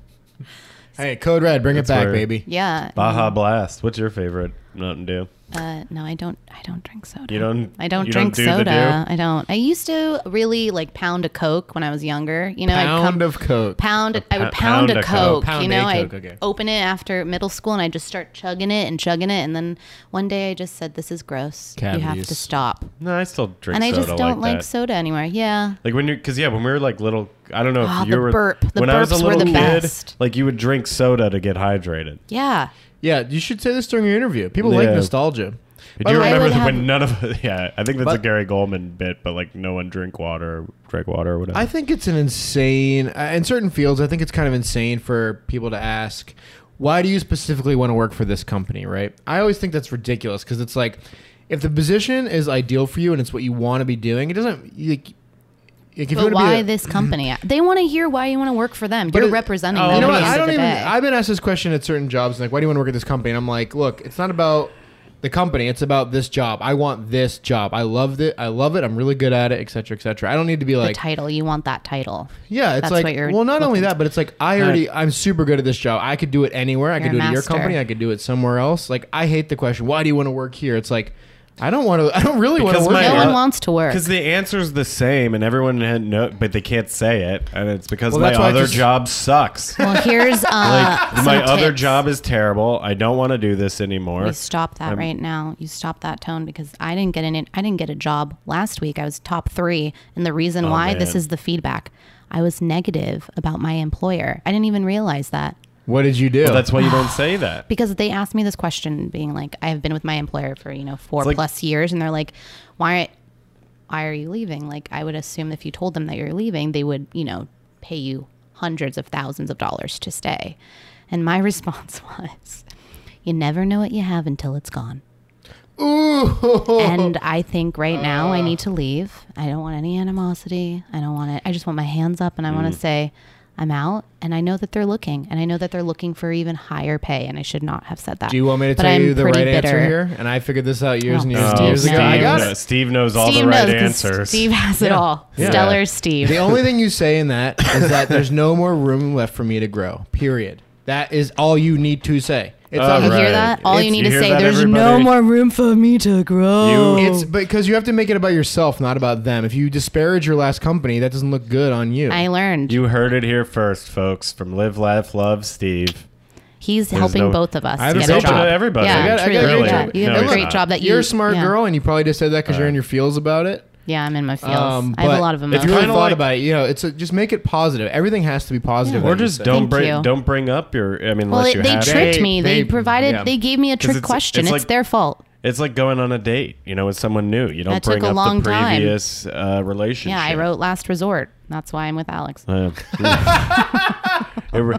Speaker 2: Hey, Code Red, bring it
Speaker 1: That's
Speaker 2: back,
Speaker 1: where-
Speaker 2: baby.
Speaker 3: yeah.
Speaker 1: Baja Blast. What's your favorite? Nothing do.
Speaker 3: Uh, no, I don't. I don't drink soda.
Speaker 1: You don't-
Speaker 3: I don't
Speaker 1: you don't
Speaker 3: drink
Speaker 1: do the
Speaker 3: soda. I don't. I used to really like pound a Coke when I was younger. You know, I'd
Speaker 2: Pound
Speaker 3: come,
Speaker 2: of Coke.
Speaker 3: pound. I would
Speaker 1: pou-
Speaker 3: pound, a, Coke.
Speaker 2: Pound
Speaker 3: you
Speaker 2: a
Speaker 3: know, I
Speaker 2: Coke, okay.
Speaker 3: open it after middle school and I just start chugging it and chugging it, and then one day I just said, "This is gross. You have to
Speaker 2: Cavities.
Speaker 3: stop."
Speaker 1: No, I still drink
Speaker 3: and I
Speaker 1: soda
Speaker 3: just don't like,
Speaker 1: that.
Speaker 3: soda anymore. Yeah.
Speaker 1: Like when you, because yeah, when we were like little, I don't know if
Speaker 3: Oh,
Speaker 1: you
Speaker 3: the
Speaker 1: were
Speaker 3: burp. The
Speaker 1: when I was a
Speaker 3: burps were
Speaker 1: little
Speaker 3: the
Speaker 1: kid,
Speaker 3: best.
Speaker 1: like you would drink soda to get hydrated.
Speaker 3: Yeah.
Speaker 2: Yeah, you should say this during your interview. People like
Speaker 1: Yeah.
Speaker 2: nostalgia.
Speaker 1: Did
Speaker 2: By
Speaker 1: you
Speaker 2: the way-
Speaker 1: remember
Speaker 3: would
Speaker 1: that
Speaker 3: have-
Speaker 1: when none of (laughs) yeah? I think that's a
Speaker 2: But-
Speaker 1: Gary Goldman bit, but like no one drink water, or drink water or whatever.
Speaker 2: I think it's an insane uh, in certain fields. I think it's kind of insane for people to ask, "Why do you specifically want to work for this company?" Right? I always think that's ridiculous because it's like, if the position is ideal for you and it's what you want to be doing, it doesn't. Like, like if you
Speaker 3: But
Speaker 2: wanna be
Speaker 3: why
Speaker 2: a-
Speaker 3: this company?
Speaker 2: (clears throat)
Speaker 3: they want to hear why you want to work for them.
Speaker 2: But
Speaker 3: You're
Speaker 2: it-
Speaker 3: representing
Speaker 1: oh,
Speaker 3: them.
Speaker 2: You know
Speaker 3: at
Speaker 2: what?
Speaker 3: the end
Speaker 2: I
Speaker 3: of
Speaker 2: don't
Speaker 3: the
Speaker 2: even.
Speaker 3: day.
Speaker 2: I've been asked this question at certain jobs, like, "Why do you want to work at this company?" And I'm like, "Look, it's not about the company. It's about this job. I want this job. I loved it. I love it. I'm really good at it, etc., cetera, etc. I don't need to be
Speaker 3: the
Speaker 2: like,
Speaker 3: title. You want that title.
Speaker 2: yeah, it's
Speaker 3: That's
Speaker 2: like,
Speaker 3: what you're
Speaker 2: well, not only
Speaker 3: looking
Speaker 2: that, but it's like I already, I'm super good at this job. I could do it anywhere. I could
Speaker 3: You're
Speaker 2: do
Speaker 3: a
Speaker 2: it at your
Speaker 3: master.
Speaker 2: company. I could do it somewhere else. Like, I hate the question, "Why do you want to work here?" It's like, I don't want to. I don't really want to
Speaker 1: Because
Speaker 2: work.
Speaker 1: my-
Speaker 3: No
Speaker 2: here.
Speaker 1: Yeah.
Speaker 3: one wants to work.
Speaker 1: Because the answer's the same, and everyone had no, but they can't say it, and it's because
Speaker 2: Well,
Speaker 1: my
Speaker 2: that's why I
Speaker 1: other
Speaker 2: just-
Speaker 1: job
Speaker 2: (laughs)
Speaker 1: sucks. like
Speaker 3: Well, here's uh,
Speaker 1: my
Speaker 3: some
Speaker 1: other
Speaker 3: tips.
Speaker 1: job is terrible. I don't want to do this anymore.
Speaker 3: You stop that
Speaker 1: Um,
Speaker 3: right now. You stop that tone because I didn't get an I didn't get a job last week. I was top three, and the reason
Speaker 1: Oh,
Speaker 3: why this
Speaker 1: man.
Speaker 3: is the feedback. I was negative about my employer. I didn't even realize that
Speaker 2: What did you do?
Speaker 1: Well, that's why you
Speaker 3: (sighs)
Speaker 1: don't say that.
Speaker 3: because they asked me this question, being like, "I have been with my employer for you know four
Speaker 1: It's like-
Speaker 3: plus years," and they're like, "Why, why are you leaving?" Like, I would assume if you told them that you're leaving, they would you know pay you hundreds of thousands of dollars to stay. And my (laughs) response was, "You never know what you have until it's gone."
Speaker 2: Ooh. Ah.
Speaker 3: and I think right now I need to leave. I don't want any animosity. I don't want it. I just want my hands up and I
Speaker 2: Mm.
Speaker 3: want to say, I'm out. And I know that they're looking and I know that they're looking for even higher pay. And I should not have said that.
Speaker 2: Do you want me to
Speaker 3: But
Speaker 2: tell
Speaker 3: I'm
Speaker 2: you the right
Speaker 3: pretty
Speaker 2: answer
Speaker 3: bitter.
Speaker 2: here? And I figured this out years
Speaker 3: Oh,
Speaker 2: and years and
Speaker 1: Oh,
Speaker 2: years
Speaker 1: Steve,
Speaker 2: ago. I got
Speaker 1: kno-
Speaker 2: it.
Speaker 1: Steve knows all
Speaker 3: Steve
Speaker 1: the right
Speaker 3: knows 'cause
Speaker 1: answers.
Speaker 3: Steve has it
Speaker 2: Yeah.
Speaker 3: all.
Speaker 2: Yeah.
Speaker 3: Stellar Steve.
Speaker 2: The only thing you say in that is that there's no more room left for me to grow. Period. That is all you need to say. It's
Speaker 1: All
Speaker 2: not-
Speaker 3: you
Speaker 1: Oh, Right.
Speaker 3: hear that? All
Speaker 1: It's-
Speaker 3: you need
Speaker 1: you
Speaker 3: to
Speaker 1: hear
Speaker 3: say,
Speaker 1: that,
Speaker 3: there's no
Speaker 1: everybody?
Speaker 3: more room for me to grow.
Speaker 1: You-
Speaker 2: It's because you have to make it about yourself, not about them. If you disparage your last company, that doesn't look good on you.
Speaker 3: I learned.
Speaker 1: You heard it here first, folks, from Live, Laugh, Love, Steve.
Speaker 3: He's helping
Speaker 1: no-
Speaker 3: both of us
Speaker 2: I have
Speaker 3: get
Speaker 2: a
Speaker 3: a
Speaker 2: job.
Speaker 3: job.
Speaker 1: to everybody.
Speaker 3: Yeah,
Speaker 1: I
Speaker 2: got- I
Speaker 3: truly.
Speaker 2: got a great
Speaker 3: yeah.
Speaker 2: job.
Speaker 3: You have
Speaker 1: No,
Speaker 3: a
Speaker 1: he's
Speaker 3: great
Speaker 1: not.
Speaker 3: job that you,
Speaker 2: You're a smart
Speaker 3: yeah.
Speaker 2: girl, and you probably just said that because you're in your feels about it.
Speaker 3: Yeah, I'm in my feels.
Speaker 2: Um,
Speaker 3: I have
Speaker 2: but
Speaker 3: a lot
Speaker 2: If
Speaker 3: of
Speaker 2: you
Speaker 3: emotions.
Speaker 2: really
Speaker 1: Kinda
Speaker 2: thought
Speaker 1: like-
Speaker 2: about it, you know, it's a, just make it positive. Everything has to be positive.
Speaker 1: Or
Speaker 2: that you
Speaker 1: just
Speaker 2: say.
Speaker 1: don't
Speaker 3: Thank
Speaker 1: bring
Speaker 3: you.
Speaker 1: don't bring up your. I mean,
Speaker 3: Well,
Speaker 1: unless
Speaker 3: it,
Speaker 1: you
Speaker 3: they
Speaker 1: have to.
Speaker 3: tricked
Speaker 2: They-
Speaker 3: me. They,
Speaker 2: they-
Speaker 3: provided.
Speaker 2: yeah.
Speaker 3: They gave me a trick
Speaker 1: it's-
Speaker 3: question.
Speaker 1: it's
Speaker 3: It's,
Speaker 1: like-
Speaker 3: their fault.
Speaker 1: It's like going on a date, you know, with someone new. You don't
Speaker 3: That took
Speaker 1: bring
Speaker 3: a
Speaker 1: up
Speaker 3: long
Speaker 1: the
Speaker 3: time.
Speaker 1: previous uh, relationship.
Speaker 3: Yeah, I wrote last resort. That's why I'm with Alex.
Speaker 1: Uh, (laughs) it, re-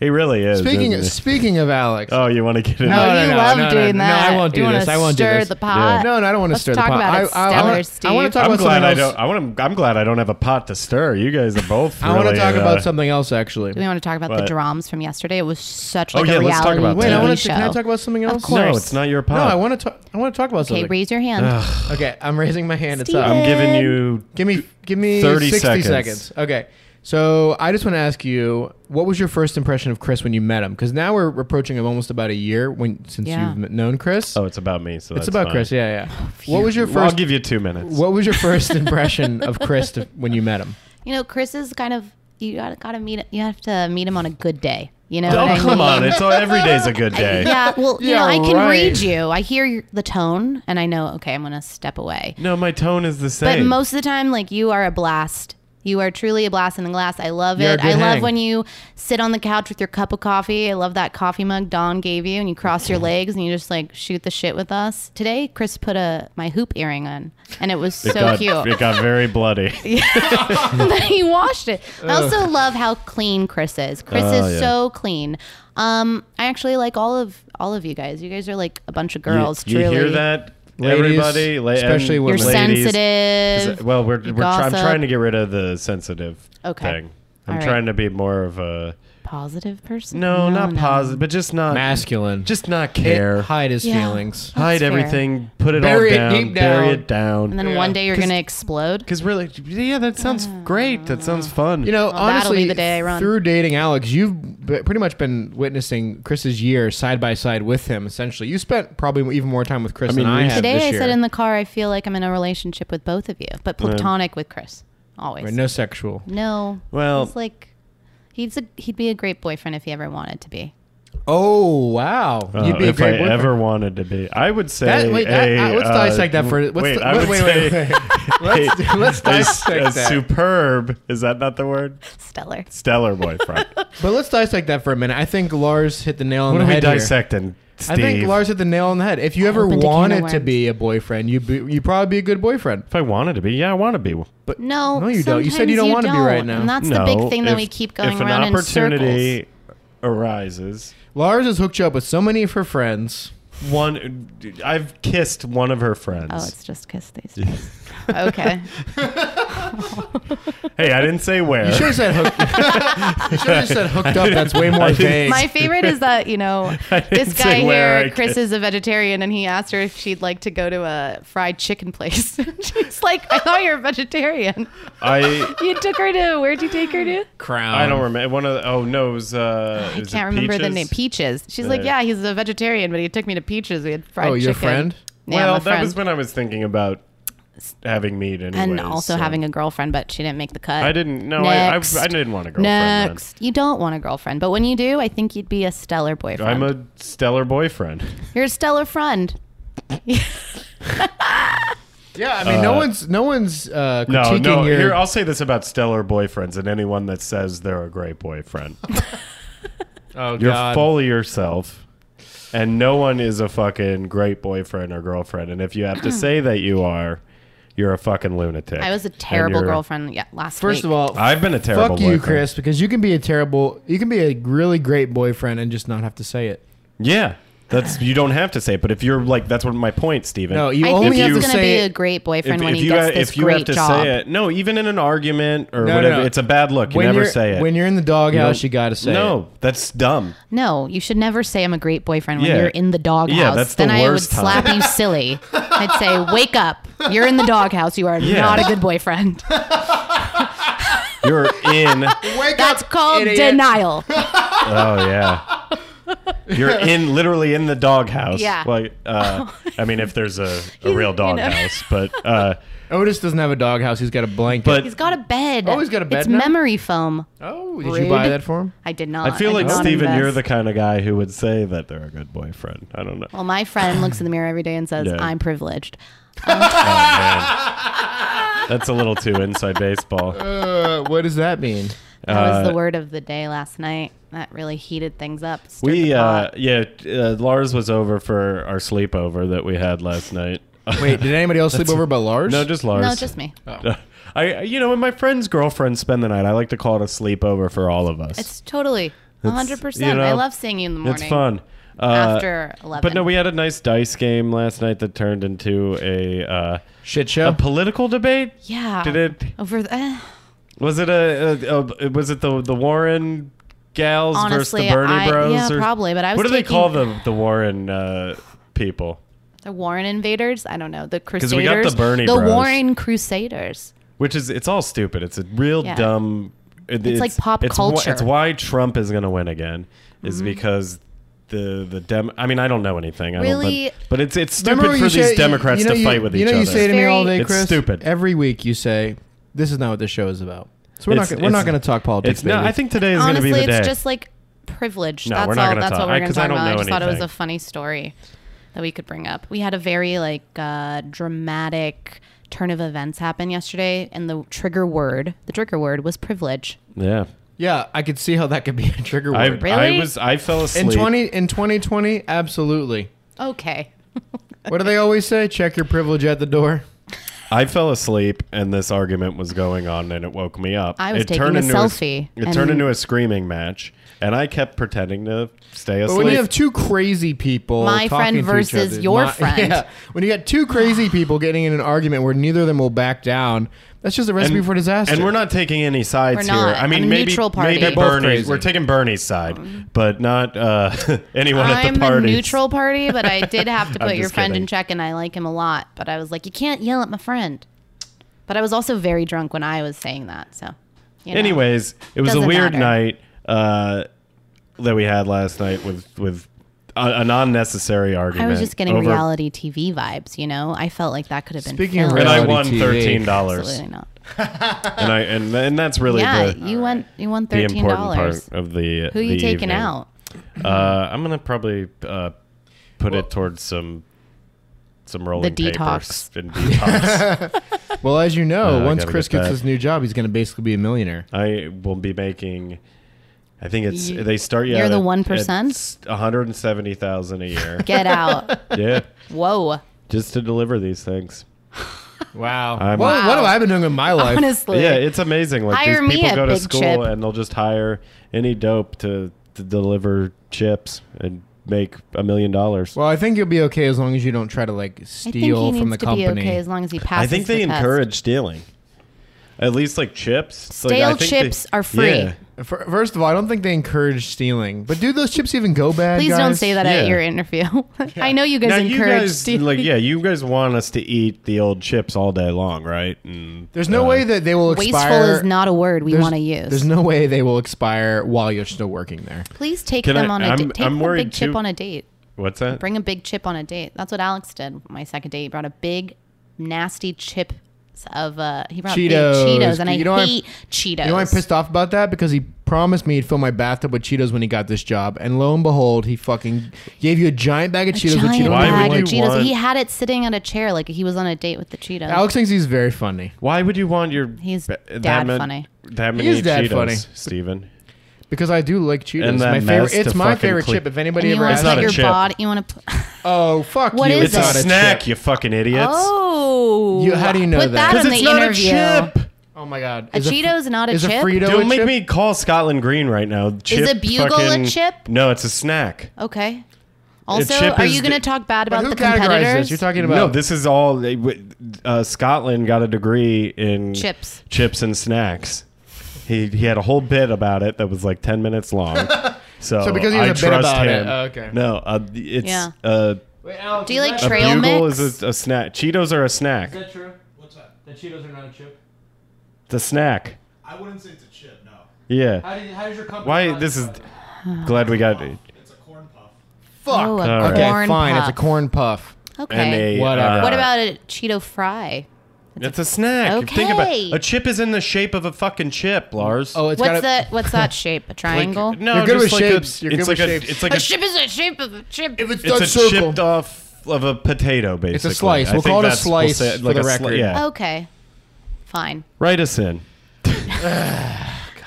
Speaker 1: it really is.
Speaker 2: Speaking
Speaker 1: isn't it?
Speaker 2: speaking of Alex,
Speaker 1: oh, you want to get in?
Speaker 2: No,
Speaker 3: oh,
Speaker 2: no,
Speaker 3: you
Speaker 2: no,
Speaker 3: love
Speaker 2: no, no,
Speaker 3: doing
Speaker 2: no,
Speaker 3: that.
Speaker 2: I won't do
Speaker 3: you wanna
Speaker 2: this. I won't do
Speaker 3: stir
Speaker 2: this.
Speaker 3: the pot.
Speaker 2: no, no, I don't want to
Speaker 3: Let's
Speaker 2: stir
Speaker 3: talk
Speaker 2: the pot.
Speaker 3: about
Speaker 2: I,
Speaker 3: it.
Speaker 2: I,
Speaker 3: Stellar,
Speaker 2: I,
Speaker 3: Steve.
Speaker 2: want to talk
Speaker 1: I'm
Speaker 2: about
Speaker 1: glad
Speaker 2: something
Speaker 1: I
Speaker 2: else.
Speaker 1: don't. I want. To, I'm glad I don't have a pot to stir. You guys are both.
Speaker 2: I want
Speaker 1: really,
Speaker 2: to talk
Speaker 1: uh,
Speaker 2: about something else actually.
Speaker 3: Do we want to talk about
Speaker 1: What?
Speaker 3: the dramas from yesterday? It was such
Speaker 1: Oh,
Speaker 3: like
Speaker 1: yeah,
Speaker 3: a
Speaker 1: let's talk
Speaker 3: reality
Speaker 1: about
Speaker 2: Wait,
Speaker 1: that.
Speaker 2: I
Speaker 3: TV
Speaker 2: want to.
Speaker 3: show.
Speaker 2: Can I talk about something else?
Speaker 3: course.
Speaker 1: No, it's not your pot.
Speaker 2: No, I want to talk. I want to talk about
Speaker 3: Okay,
Speaker 2: something.
Speaker 3: raise your hand.
Speaker 2: Okay, I'm raising my hand. It's
Speaker 3: Steven.
Speaker 2: up.
Speaker 1: I'm giving you.
Speaker 2: Give me, give me
Speaker 1: 30
Speaker 2: 60
Speaker 1: seconds.
Speaker 2: seconds. Okay, so I just want to ask you, what was your first impression of Chris when you met him? Because now we're approaching him almost about a year when since
Speaker 3: Yeah.
Speaker 2: you've m- known Chris.
Speaker 1: Oh, it's about me. So
Speaker 2: it's
Speaker 1: that's
Speaker 2: about
Speaker 1: fine.
Speaker 2: Chris. Yeah, yeah.
Speaker 3: Oh,
Speaker 2: what was your
Speaker 1: Well, I'll
Speaker 2: first?
Speaker 1: give you two minutes.
Speaker 2: What was
Speaker 1: (laughs)
Speaker 2: your first impression of Chris to, when you met him?
Speaker 3: You know, Chris is kind of you gotta, gotta meet. You have to meet him on a good day. You know
Speaker 1: Oh
Speaker 3: what I
Speaker 1: come
Speaker 3: mean?
Speaker 1: on! It's all, every day's a good day.
Speaker 3: (laughs) Yeah, well, you
Speaker 2: Yeah,
Speaker 3: know, I can
Speaker 2: right.
Speaker 3: read you. I hear your- the tone, and I know. Okay, I'm gonna step away.
Speaker 1: No, my tone is the
Speaker 3: But
Speaker 1: same.
Speaker 3: most of the time, like you are a blast. You are truly a blast in the glass. I love
Speaker 2: You're a
Speaker 3: it. I
Speaker 2: good hang.
Speaker 3: love when you sit on the couch with your cup of coffee. I love that coffee mug Don gave you, and you
Speaker 1: (laughs)
Speaker 3: cross your legs and you just like shoot the shit with us. Today, Chris put a my hoop earring on, and it was so
Speaker 1: it got,
Speaker 3: cute.
Speaker 1: It got very bloody.
Speaker 3: (laughs) but he washed it. I also love how clean Chris is. Chris
Speaker 1: Oh,
Speaker 3: is
Speaker 1: yeah.
Speaker 3: so clean. Um, I actually like all of all of you guys. You guys are like a bunch of girls.
Speaker 1: you, you
Speaker 3: truly,
Speaker 1: hear that,
Speaker 2: Ladies,
Speaker 1: everybody? La- and
Speaker 2: especially
Speaker 3: you're
Speaker 2: women.
Speaker 1: ladies.
Speaker 3: sensitive.
Speaker 1: Well, we're,
Speaker 3: you
Speaker 1: we're try- I'm
Speaker 3: gossip.
Speaker 1: trying to get rid of the sensitive
Speaker 3: Okay.
Speaker 1: thing. I'm
Speaker 3: All right.
Speaker 1: trying to be more of a
Speaker 3: Positive person?
Speaker 1: no, not positive, but just not
Speaker 2: Masculine.
Speaker 1: Uh, Just not care.
Speaker 2: Hide his
Speaker 3: Yeah.
Speaker 2: feelings.
Speaker 1: Hide
Speaker 3: fair.
Speaker 1: everything. Put it
Speaker 2: Bury
Speaker 1: all
Speaker 2: it
Speaker 1: down.
Speaker 2: deep
Speaker 1: Bury
Speaker 2: down.
Speaker 1: it down.
Speaker 3: And then
Speaker 2: Yeah.
Speaker 3: one day you're
Speaker 1: 'Cause-
Speaker 3: going to explode?
Speaker 1: Because really, yeah, that sounds great. That sounds fun.
Speaker 2: You know,
Speaker 3: Well, that'll
Speaker 2: honestly,
Speaker 3: be the day I run.
Speaker 2: through dating Alex, you've b- pretty much been witnessing Chris's year side by side with him. Essentially, you spent probably even more time with Chris
Speaker 1: I mean,
Speaker 2: than I
Speaker 1: we-
Speaker 2: have
Speaker 3: Today
Speaker 2: this
Speaker 3: I
Speaker 2: year.
Speaker 3: said in the car, I feel like I'm in a relationship with both of you, but platonic with Chris. Always.
Speaker 2: Right, no sexual.
Speaker 3: No.
Speaker 1: Well-
Speaker 3: he's like he's a he'd be a great boyfriend if he ever wanted to be.
Speaker 2: Oh wow,
Speaker 1: Uh,
Speaker 2: you'd be a
Speaker 1: if
Speaker 2: great
Speaker 1: I
Speaker 2: boyfriend.
Speaker 1: ever wanted to be, I would say.
Speaker 2: That- wait, that-
Speaker 1: a,
Speaker 2: uh, let's
Speaker 1: uh,
Speaker 2: dissect that for. What's
Speaker 1: wait,
Speaker 2: the,
Speaker 1: I
Speaker 2: wait,
Speaker 1: would
Speaker 2: wait,
Speaker 1: say
Speaker 2: wait, wait,
Speaker 1: (laughs)
Speaker 2: (laughs)
Speaker 1: a-
Speaker 2: let's let's
Speaker 1: a,
Speaker 2: dissect
Speaker 1: a
Speaker 2: that.
Speaker 1: superb. Is that not the word?
Speaker 3: Stellar.
Speaker 1: Stellar boyfriend.
Speaker 2: but let's dissect that for a minute. I think Lars hit the nail (laughs) on
Speaker 1: what
Speaker 2: the
Speaker 1: are we
Speaker 2: head here.
Speaker 1: dissecting,
Speaker 2: I
Speaker 1: Steve?
Speaker 2: think Lars hit the nail on the head. If you ever
Speaker 3: Opened a can of
Speaker 2: wanted to
Speaker 3: worms.
Speaker 2: be a boyfriend, you'd be, you'd probably be a good boyfriend.
Speaker 1: if I wanted to be, yeah, I want to be. But
Speaker 3: No,
Speaker 2: No, you don't. You said
Speaker 3: sometimes
Speaker 2: you don't wanna be right now.
Speaker 3: And that's
Speaker 1: no,
Speaker 3: the big thing that
Speaker 1: if-
Speaker 3: we keep going
Speaker 1: if
Speaker 3: around
Speaker 1: an
Speaker 3: in circles.
Speaker 1: opportunity arises,
Speaker 2: Lars has hooked you up with so many of her friends.
Speaker 1: one I've kissed one of her friends.
Speaker 3: Oh, it's just kiss
Speaker 2: (laughs)
Speaker 3: these days. okay.
Speaker 1: hey, I didn't say where.
Speaker 2: You should have said hooked. (laughs) you should have said hooked up. That's way
Speaker 1: I
Speaker 2: more
Speaker 1: didn't-
Speaker 2: vague.
Speaker 3: My favorite is that, you know,
Speaker 1: (laughs) I didn't
Speaker 3: this
Speaker 1: say
Speaker 3: guy
Speaker 1: where I
Speaker 3: here, Chris
Speaker 1: could-
Speaker 3: is a vegetarian, and he asked her if she'd like to go to a fried chicken place. (laughs) She's like, I thought you're a vegetarian.
Speaker 1: I
Speaker 3: You took her to, where'd you take her to?
Speaker 2: Crown.
Speaker 1: I don't remember. One of the, oh no, it was uh,
Speaker 3: I can't remember the name. Peaches. She's like,
Speaker 1: Yeah.
Speaker 3: yeah, he's a vegetarian, but he took me to Peaches. We had fried
Speaker 2: Oh,
Speaker 3: chicken.
Speaker 2: your friend?
Speaker 3: Yeah,
Speaker 1: well,
Speaker 3: my
Speaker 1: that
Speaker 3: friend.
Speaker 1: was when I was thinking about having meat, anyways,
Speaker 3: and also
Speaker 1: so.
Speaker 3: having a girlfriend, but she didn't make the cut.
Speaker 1: I didn't. No, I, I,
Speaker 3: Next.
Speaker 1: I didn't want a girlfriend. then.
Speaker 3: Next, you don't want a girlfriend, but when you do, I think you'd be a stellar boyfriend.
Speaker 1: I'm a stellar
Speaker 3: (laughs)
Speaker 1: boyfriend.
Speaker 3: You're a stellar friend.
Speaker 2: Yeah, I mean, no
Speaker 1: Uh,
Speaker 2: one's no one's uh,
Speaker 1: No,
Speaker 2: critiquing
Speaker 1: no.
Speaker 2: your.
Speaker 1: Here, I'll say this about stellar boyfriends and anyone that says they're a great
Speaker 3: (laughs)
Speaker 1: boyfriend.
Speaker 2: oh
Speaker 1: You're
Speaker 2: God.
Speaker 1: fully yourself, and no one is a fucking great boyfriend or girlfriend. And if you
Speaker 3: (clears throat)
Speaker 1: have to say that you are, you're a fucking lunatic.
Speaker 3: I was a
Speaker 1: And
Speaker 3: terrible
Speaker 1: you're-
Speaker 3: girlfriend. Yeah, last
Speaker 2: First
Speaker 3: week.
Speaker 2: of all,
Speaker 1: I've been a terrible
Speaker 2: fuck you,
Speaker 1: boyfriend.
Speaker 2: Chris, because you can be a terrible, you can be a really great boyfriend and just not have to say it.
Speaker 1: Yeah, that's you don't have to say. it, But if you're like, that's what my point, Steven.
Speaker 2: No, you
Speaker 3: I
Speaker 2: only
Speaker 3: think
Speaker 1: if
Speaker 2: have
Speaker 3: he's
Speaker 1: you-
Speaker 2: to
Speaker 3: gonna
Speaker 2: say
Speaker 3: be a
Speaker 2: it-
Speaker 3: great boyfriend when he
Speaker 1: you
Speaker 3: gets
Speaker 1: ha-
Speaker 3: this
Speaker 1: if you
Speaker 3: great
Speaker 1: have to
Speaker 3: job.
Speaker 1: say it, no, even in an argument or
Speaker 2: No, no,
Speaker 1: whatever,
Speaker 2: no.
Speaker 1: it's a bad look. You
Speaker 2: when
Speaker 1: never
Speaker 2: you're-
Speaker 1: say it.
Speaker 2: When you're in the doghouse,
Speaker 1: No.
Speaker 2: you got to say it.
Speaker 1: no, that's dumb.
Speaker 3: No, you should never say I'm a great boyfriend when
Speaker 1: Yeah.
Speaker 3: you're in the doghouse.
Speaker 1: Yeah, that's the
Speaker 3: then I would
Speaker 1: worst time.
Speaker 3: slap you
Speaker 1: (laughs)
Speaker 3: silly. I'd say, "Wake up! You're in the doghouse. You are
Speaker 1: Yeah.
Speaker 3: not a good boyfriend."
Speaker 1: (laughs) You're
Speaker 3: (laughs)
Speaker 1: in.
Speaker 2: Wake
Speaker 3: That's
Speaker 2: up,
Speaker 1: (laughs)
Speaker 3: called
Speaker 2: idiot.
Speaker 3: denial.
Speaker 1: oh yeah. You're in literally in the doghouse.
Speaker 3: Yeah.
Speaker 1: Like, uh, I mean, if there's a, a real
Speaker 3: you know.
Speaker 1: doghouse, but
Speaker 3: (laughs)
Speaker 1: uh,
Speaker 2: Otis doesn't have a doghouse. He's got a blanket.
Speaker 1: but
Speaker 3: He's got a bed.
Speaker 2: Oh, he's got a bed
Speaker 3: It's
Speaker 2: now?
Speaker 3: memory foam.
Speaker 2: oh, did you buy
Speaker 3: Rude.
Speaker 2: that for him?
Speaker 3: I did not.
Speaker 1: I feel like
Speaker 3: did not
Speaker 1: Steven, you're the
Speaker 3: invest.
Speaker 1: kind of guy who would say that they're a good boyfriend. I don't know.
Speaker 3: Well, my friend looks in the mirror every day and says,
Speaker 1: Yeah.
Speaker 3: "I'm privileged."
Speaker 1: Oh,
Speaker 3: (laughs)
Speaker 1: That's a little too inside baseball.
Speaker 2: Uh, what does that mean?
Speaker 3: That was
Speaker 1: Uh,
Speaker 3: the word of the day last night. That really heated things up. stirred
Speaker 1: We
Speaker 3: the pot.
Speaker 1: uh yeah, uh, Lars was over for our sleepover that we had last night.
Speaker 2: Wait, did anybody else sleep over but Lars?
Speaker 1: (laughs) no, just Lars.
Speaker 3: no, just me.
Speaker 1: (laughs) I you know when my friend's girlfriend spend the night, I like to call it a sleepover for all of us.
Speaker 3: It's totally
Speaker 1: It's-
Speaker 3: 100%.
Speaker 1: you know,
Speaker 3: I love seeing you in the morning.
Speaker 1: It's fun. Uh,
Speaker 3: After 11.
Speaker 1: But no, we had a nice dice game last night that turned into a uh,
Speaker 2: shit
Speaker 1: a
Speaker 2: show.
Speaker 1: political debate.
Speaker 3: Yeah.
Speaker 1: Did it?
Speaker 3: Over the, eh,
Speaker 1: Was it a, a, a was it the the Warren gals versus the
Speaker 3: Honestly,
Speaker 1: Bernie
Speaker 3: I-
Speaker 1: Bros?
Speaker 3: yeah,
Speaker 1: or-
Speaker 3: probably, but I was
Speaker 1: What do they
Speaker 3: taking-
Speaker 1: call the the Warren uh, people?
Speaker 3: the Warren invaders? I don't know. The Crusaders.
Speaker 1: we got the Bernie
Speaker 3: The
Speaker 1: Bros.
Speaker 3: Warren Crusaders.
Speaker 1: Which is it's all stupid. It's a real
Speaker 3: Yeah.
Speaker 1: dumb. it-
Speaker 3: It's like pop
Speaker 1: it's wh-
Speaker 3: culture. Mm-hmm.
Speaker 1: it's why Trump is going to win again, is because. The, the dem I mean I don't know anything I
Speaker 3: Really?
Speaker 1: don't, but, but it's it's
Speaker 2: Remember
Speaker 1: stupid
Speaker 2: what
Speaker 1: for
Speaker 2: you
Speaker 1: these
Speaker 2: say- you-
Speaker 1: Democrats
Speaker 2: you know
Speaker 1: to
Speaker 2: you-
Speaker 1: fight with
Speaker 2: you
Speaker 1: each
Speaker 2: know You
Speaker 1: other.
Speaker 2: say to me
Speaker 3: It's
Speaker 2: all day,
Speaker 1: very-
Speaker 2: Chris.
Speaker 1: It's stupid.
Speaker 2: Every week you say, "This is not what this show is about." So we're
Speaker 1: It's-
Speaker 2: not gonna, we're not
Speaker 1: it's-
Speaker 2: going to talk politics.
Speaker 1: It's, no,
Speaker 2: baby.
Speaker 1: I think today is going to be
Speaker 3: Honestly,
Speaker 1: the day.
Speaker 3: it's just like privilege.
Speaker 1: No,
Speaker 3: that's
Speaker 1: we're not
Speaker 3: all.
Speaker 1: gonna
Speaker 3: That's
Speaker 1: talk-
Speaker 3: what
Speaker 1: I-
Speaker 3: we're going to
Speaker 1: 'cause I
Speaker 3: talk
Speaker 1: don't
Speaker 3: about. I
Speaker 1: know
Speaker 3: just thought it was
Speaker 1: anything.
Speaker 3: a funny story that we could bring up. We had a very like uh, dramatic turn of events happen yesterday, and the trigger word, the trigger word was privilege.
Speaker 1: yeah,
Speaker 2: Yeah, I could see how that could be a trigger
Speaker 1: I,
Speaker 2: word.
Speaker 1: I
Speaker 3: Really?
Speaker 1: was I fell asleep.
Speaker 2: in twenty in twenty twenty, absolutely.
Speaker 3: Okay.
Speaker 2: What do they always say? Check your privilege at the door.
Speaker 1: I fell asleep and this argument was going on and it woke me up.
Speaker 3: I was
Speaker 1: it
Speaker 3: taking a
Speaker 1: into
Speaker 3: selfie
Speaker 1: it
Speaker 3: and-
Speaker 1: turned into a screaming match. and I kept pretending to stay
Speaker 2: But
Speaker 1: asleep.
Speaker 2: when you have two crazy people,
Speaker 3: My
Speaker 2: talking
Speaker 3: friend
Speaker 2: to each
Speaker 3: versus
Speaker 2: other-
Speaker 3: your
Speaker 2: my- (laughs)
Speaker 3: friend.
Speaker 2: yeah, when you got two
Speaker 3: (sighs)
Speaker 2: crazy people getting in an argument where neither of them will back down, that's just a recipe for disaster.
Speaker 1: And we're not taking any sides
Speaker 3: We're not.
Speaker 1: here. I mean,
Speaker 3: I'm a
Speaker 1: maybe
Speaker 3: neutral party.
Speaker 1: maybe
Speaker 3: They're both Um,
Speaker 1: Bernie's.
Speaker 2: crazy.
Speaker 1: We're taking Bernie's side, but not uh, (laughs) anyone at
Speaker 3: I'm
Speaker 1: the party.
Speaker 3: a neutral party, but
Speaker 1: (laughs)
Speaker 3: I did have to
Speaker 1: I'm
Speaker 3: put your
Speaker 1: just
Speaker 3: friend
Speaker 1: kidding.
Speaker 3: in check, and I like him a lot. But I was like, you can't yell at my friend. But I was also very drunk when I was saying that. So, you know.
Speaker 1: Anyways, it was a
Speaker 3: Doesn't
Speaker 1: weird
Speaker 3: matter.
Speaker 1: night uh, that we had last night with with a, an unnecessary
Speaker 3: I
Speaker 1: argument.
Speaker 3: was just getting
Speaker 1: over-
Speaker 3: reality TV vibes. You know, I felt like that could have been.
Speaker 2: Speaking of
Speaker 3: filmed.
Speaker 1: And I
Speaker 2: Reality
Speaker 1: won
Speaker 2: TV.
Speaker 1: thirteen dollars,
Speaker 3: absolutely not.
Speaker 1: and I and and that's really
Speaker 3: yeah,
Speaker 1: the,
Speaker 3: you won. You won
Speaker 1: the
Speaker 3: thirteen
Speaker 1: important
Speaker 3: dollars.
Speaker 1: part of the.
Speaker 3: Who you
Speaker 1: the evening.
Speaker 3: taking out?
Speaker 1: Uh, I'm gonna probably uh, put it towards some some rolling papers
Speaker 3: detox.
Speaker 1: and detox.
Speaker 3: (laughs)
Speaker 2: well, as you
Speaker 1: Uh,
Speaker 2: know,
Speaker 1: I
Speaker 2: once
Speaker 1: gotta
Speaker 2: Chris
Speaker 1: get
Speaker 2: gets
Speaker 1: that.
Speaker 2: his new job, he's going to basically be a millionaire.
Speaker 1: I will be making. I think it's
Speaker 3: You-
Speaker 1: they start. Yeah,
Speaker 3: you're the 1%?
Speaker 1: One hundred and seventy thousand a
Speaker 3: (laughs)
Speaker 1: year. (laughs)
Speaker 3: Get out!
Speaker 1: yeah,
Speaker 3: Whoa.
Speaker 1: just to deliver these things.
Speaker 2: Wow.
Speaker 1: I'm-
Speaker 2: Well,
Speaker 3: Wow.
Speaker 2: What have I been doing with my life?
Speaker 3: Honestly,
Speaker 1: yeah, it's amazing. Like
Speaker 3: Hire me
Speaker 1: these people
Speaker 3: a
Speaker 1: go to
Speaker 3: big
Speaker 1: school
Speaker 3: chip.
Speaker 1: and they'll just hire any dope to, to deliver chips and make a million dollars.
Speaker 2: Well, I think you'll be okay as long as you don't try to like
Speaker 3: I think he
Speaker 2: steal
Speaker 3: needs
Speaker 2: from the
Speaker 3: to
Speaker 2: company.
Speaker 3: be okay as long as he passes.
Speaker 1: I think they
Speaker 3: the test.
Speaker 1: encourage stealing. At least like chips. It's like, I
Speaker 3: Stale
Speaker 1: think they-
Speaker 3: chips are free.
Speaker 1: Yeah.
Speaker 2: Fir- First of all, I don't think they encourage stealing. But do those chips even go bad?
Speaker 3: Please don't
Speaker 2: guys?
Speaker 3: say that at
Speaker 1: Yeah.
Speaker 3: your interview. (laughs) I know you guys
Speaker 1: Now
Speaker 3: encourage
Speaker 1: you guys
Speaker 3: stealing.
Speaker 1: like yeah, you guys want us to eat the old chips all day long, right? And
Speaker 2: There's no
Speaker 1: uh,
Speaker 2: way that they will
Speaker 3: Wasteful
Speaker 2: expire.
Speaker 3: is not a word we
Speaker 2: There's-
Speaker 3: want to use.
Speaker 2: There's no way they will expire while you're still working there.
Speaker 3: Please take
Speaker 1: Can
Speaker 3: them
Speaker 1: I-
Speaker 3: on a
Speaker 1: I'm-
Speaker 3: date. Take
Speaker 1: I'm
Speaker 3: the
Speaker 1: worried
Speaker 3: big chip
Speaker 1: too.
Speaker 3: on a date.
Speaker 1: What's that?
Speaker 3: Bring a big chip on a date. That's what Alex did. My second date, he brought a big, nasty chip of uh, he brought
Speaker 2: Cheetos.
Speaker 3: big Cheetos, and I
Speaker 2: You know I'm-
Speaker 3: hate Cheetos.
Speaker 2: You know, I'm pissed off about that because he promised me he'd fill my bathtub with Cheetos when he got this job, and lo and behold, he fucking gave you a giant bag of
Speaker 3: A
Speaker 2: Cheetos, which you
Speaker 3: giant
Speaker 2: don't
Speaker 1: Why
Speaker 2: even
Speaker 3: bag
Speaker 1: would
Speaker 2: like.
Speaker 3: of
Speaker 1: you
Speaker 3: Cheetos.
Speaker 1: want-
Speaker 3: He had it sitting on a chair like he was on a date with the Cheetos.
Speaker 2: Alex thinks he's very funny
Speaker 1: Why would you want your
Speaker 3: He's
Speaker 1: ba-
Speaker 3: dad
Speaker 1: ma-
Speaker 3: funny.
Speaker 1: That many
Speaker 2: He is dad
Speaker 1: Cheetos,
Speaker 2: funny.
Speaker 1: Steven.
Speaker 2: because I do like Cheetos.
Speaker 1: And that
Speaker 2: my
Speaker 1: mess
Speaker 2: favorite.
Speaker 1: to
Speaker 2: It's my
Speaker 1: fucking
Speaker 2: favorite
Speaker 1: clean-
Speaker 2: chip. If
Speaker 3: and
Speaker 2: anybody
Speaker 3: you
Speaker 2: ever
Speaker 3: want
Speaker 1: It's
Speaker 3: to
Speaker 1: not
Speaker 2: asked,
Speaker 3: put
Speaker 1: a
Speaker 3: your
Speaker 1: chip.
Speaker 3: body. You want to.
Speaker 2: oh fuck
Speaker 3: What
Speaker 2: you!
Speaker 3: is
Speaker 1: It's
Speaker 2: it's
Speaker 1: a
Speaker 2: not
Speaker 3: it?
Speaker 1: snack,
Speaker 2: chip.
Speaker 1: you fucking idiots.
Speaker 3: (laughs) Oh,
Speaker 2: You- how do you know that?
Speaker 3: Put that, on
Speaker 1: Because
Speaker 3: the
Speaker 1: it's not
Speaker 3: interview.
Speaker 1: a chip.
Speaker 2: Oh my god!
Speaker 3: A
Speaker 2: Is fr-
Speaker 3: Cheeto's not a
Speaker 2: is
Speaker 3: chip?
Speaker 2: A Frito
Speaker 1: Don't
Speaker 2: a
Speaker 1: make
Speaker 2: chip?
Speaker 1: me call Scotland Green right now. Chip
Speaker 3: a bugle a
Speaker 1: fucking-
Speaker 3: chip?
Speaker 1: No, it's a snack.
Speaker 3: Okay. Also,
Speaker 1: chip
Speaker 3: are
Speaker 1: is
Speaker 3: you going to
Speaker 1: the-
Speaker 3: talk bad
Speaker 2: But
Speaker 3: about
Speaker 2: who
Speaker 3: the
Speaker 2: categorized
Speaker 3: competitors?
Speaker 2: this? You're talking about
Speaker 1: No, this is all. they- w- Uh, Scotland got a degree in
Speaker 3: Chips.
Speaker 1: chips and snacks. He he had a whole bit about it that was like ten minutes
Speaker 2: (laughs)
Speaker 1: long. So,
Speaker 2: So because he has
Speaker 1: I
Speaker 2: a bit
Speaker 1: trust
Speaker 2: about it,
Speaker 1: him.
Speaker 2: oh, okay.
Speaker 1: No, uh, it's
Speaker 3: Yeah.
Speaker 1: uh,
Speaker 2: Wait, Alex,
Speaker 3: Do you
Speaker 2: is
Speaker 3: like
Speaker 1: a
Speaker 2: that-
Speaker 3: Trail
Speaker 1: bugle
Speaker 3: mix?
Speaker 1: is a, a snack. Cheetos are a snack.
Speaker 2: Is that true? What's that? That Cheetos are not a chip.
Speaker 1: The snack.
Speaker 4: I wouldn't say it's a chip, no.
Speaker 1: Yeah.
Speaker 2: How, do you, how does your company?
Speaker 1: Why? This is glad we got it.
Speaker 4: It's a corn puff.
Speaker 2: fuck.
Speaker 3: Oh, a
Speaker 1: All right.
Speaker 2: okay,
Speaker 3: corn
Speaker 2: fine. It's
Speaker 3: puff.
Speaker 2: a corn puff.
Speaker 1: And
Speaker 3: Okay.
Speaker 1: a,
Speaker 2: Whatever.
Speaker 1: uh,
Speaker 3: what about a Cheeto fry?
Speaker 1: It's a snack. Think about
Speaker 3: Okay.
Speaker 1: a chip is in the shape of a fucking chip, Lars.
Speaker 2: Oh, it's
Speaker 3: What's
Speaker 2: got
Speaker 3: that?
Speaker 1: (laughs)
Speaker 3: What's that shape? A
Speaker 1: Like,
Speaker 3: triangle?
Speaker 1: no,
Speaker 2: You're good
Speaker 1: just
Speaker 2: with
Speaker 1: like a-
Speaker 2: shapes. You're
Speaker 1: it's
Speaker 2: good
Speaker 1: like
Speaker 2: with
Speaker 1: a,
Speaker 2: shapes.
Speaker 1: It's like
Speaker 3: a chip is a shape of a chip.
Speaker 1: It's a chipped off of a potato, basically.
Speaker 2: a slice.
Speaker 1: I
Speaker 2: We'll
Speaker 1: think
Speaker 2: call it a
Speaker 1: that's-
Speaker 2: slice
Speaker 1: say-
Speaker 2: for
Speaker 1: like
Speaker 2: the
Speaker 1: a sli-
Speaker 2: record.
Speaker 1: yeah.
Speaker 3: okay. Fine.
Speaker 1: Write us in.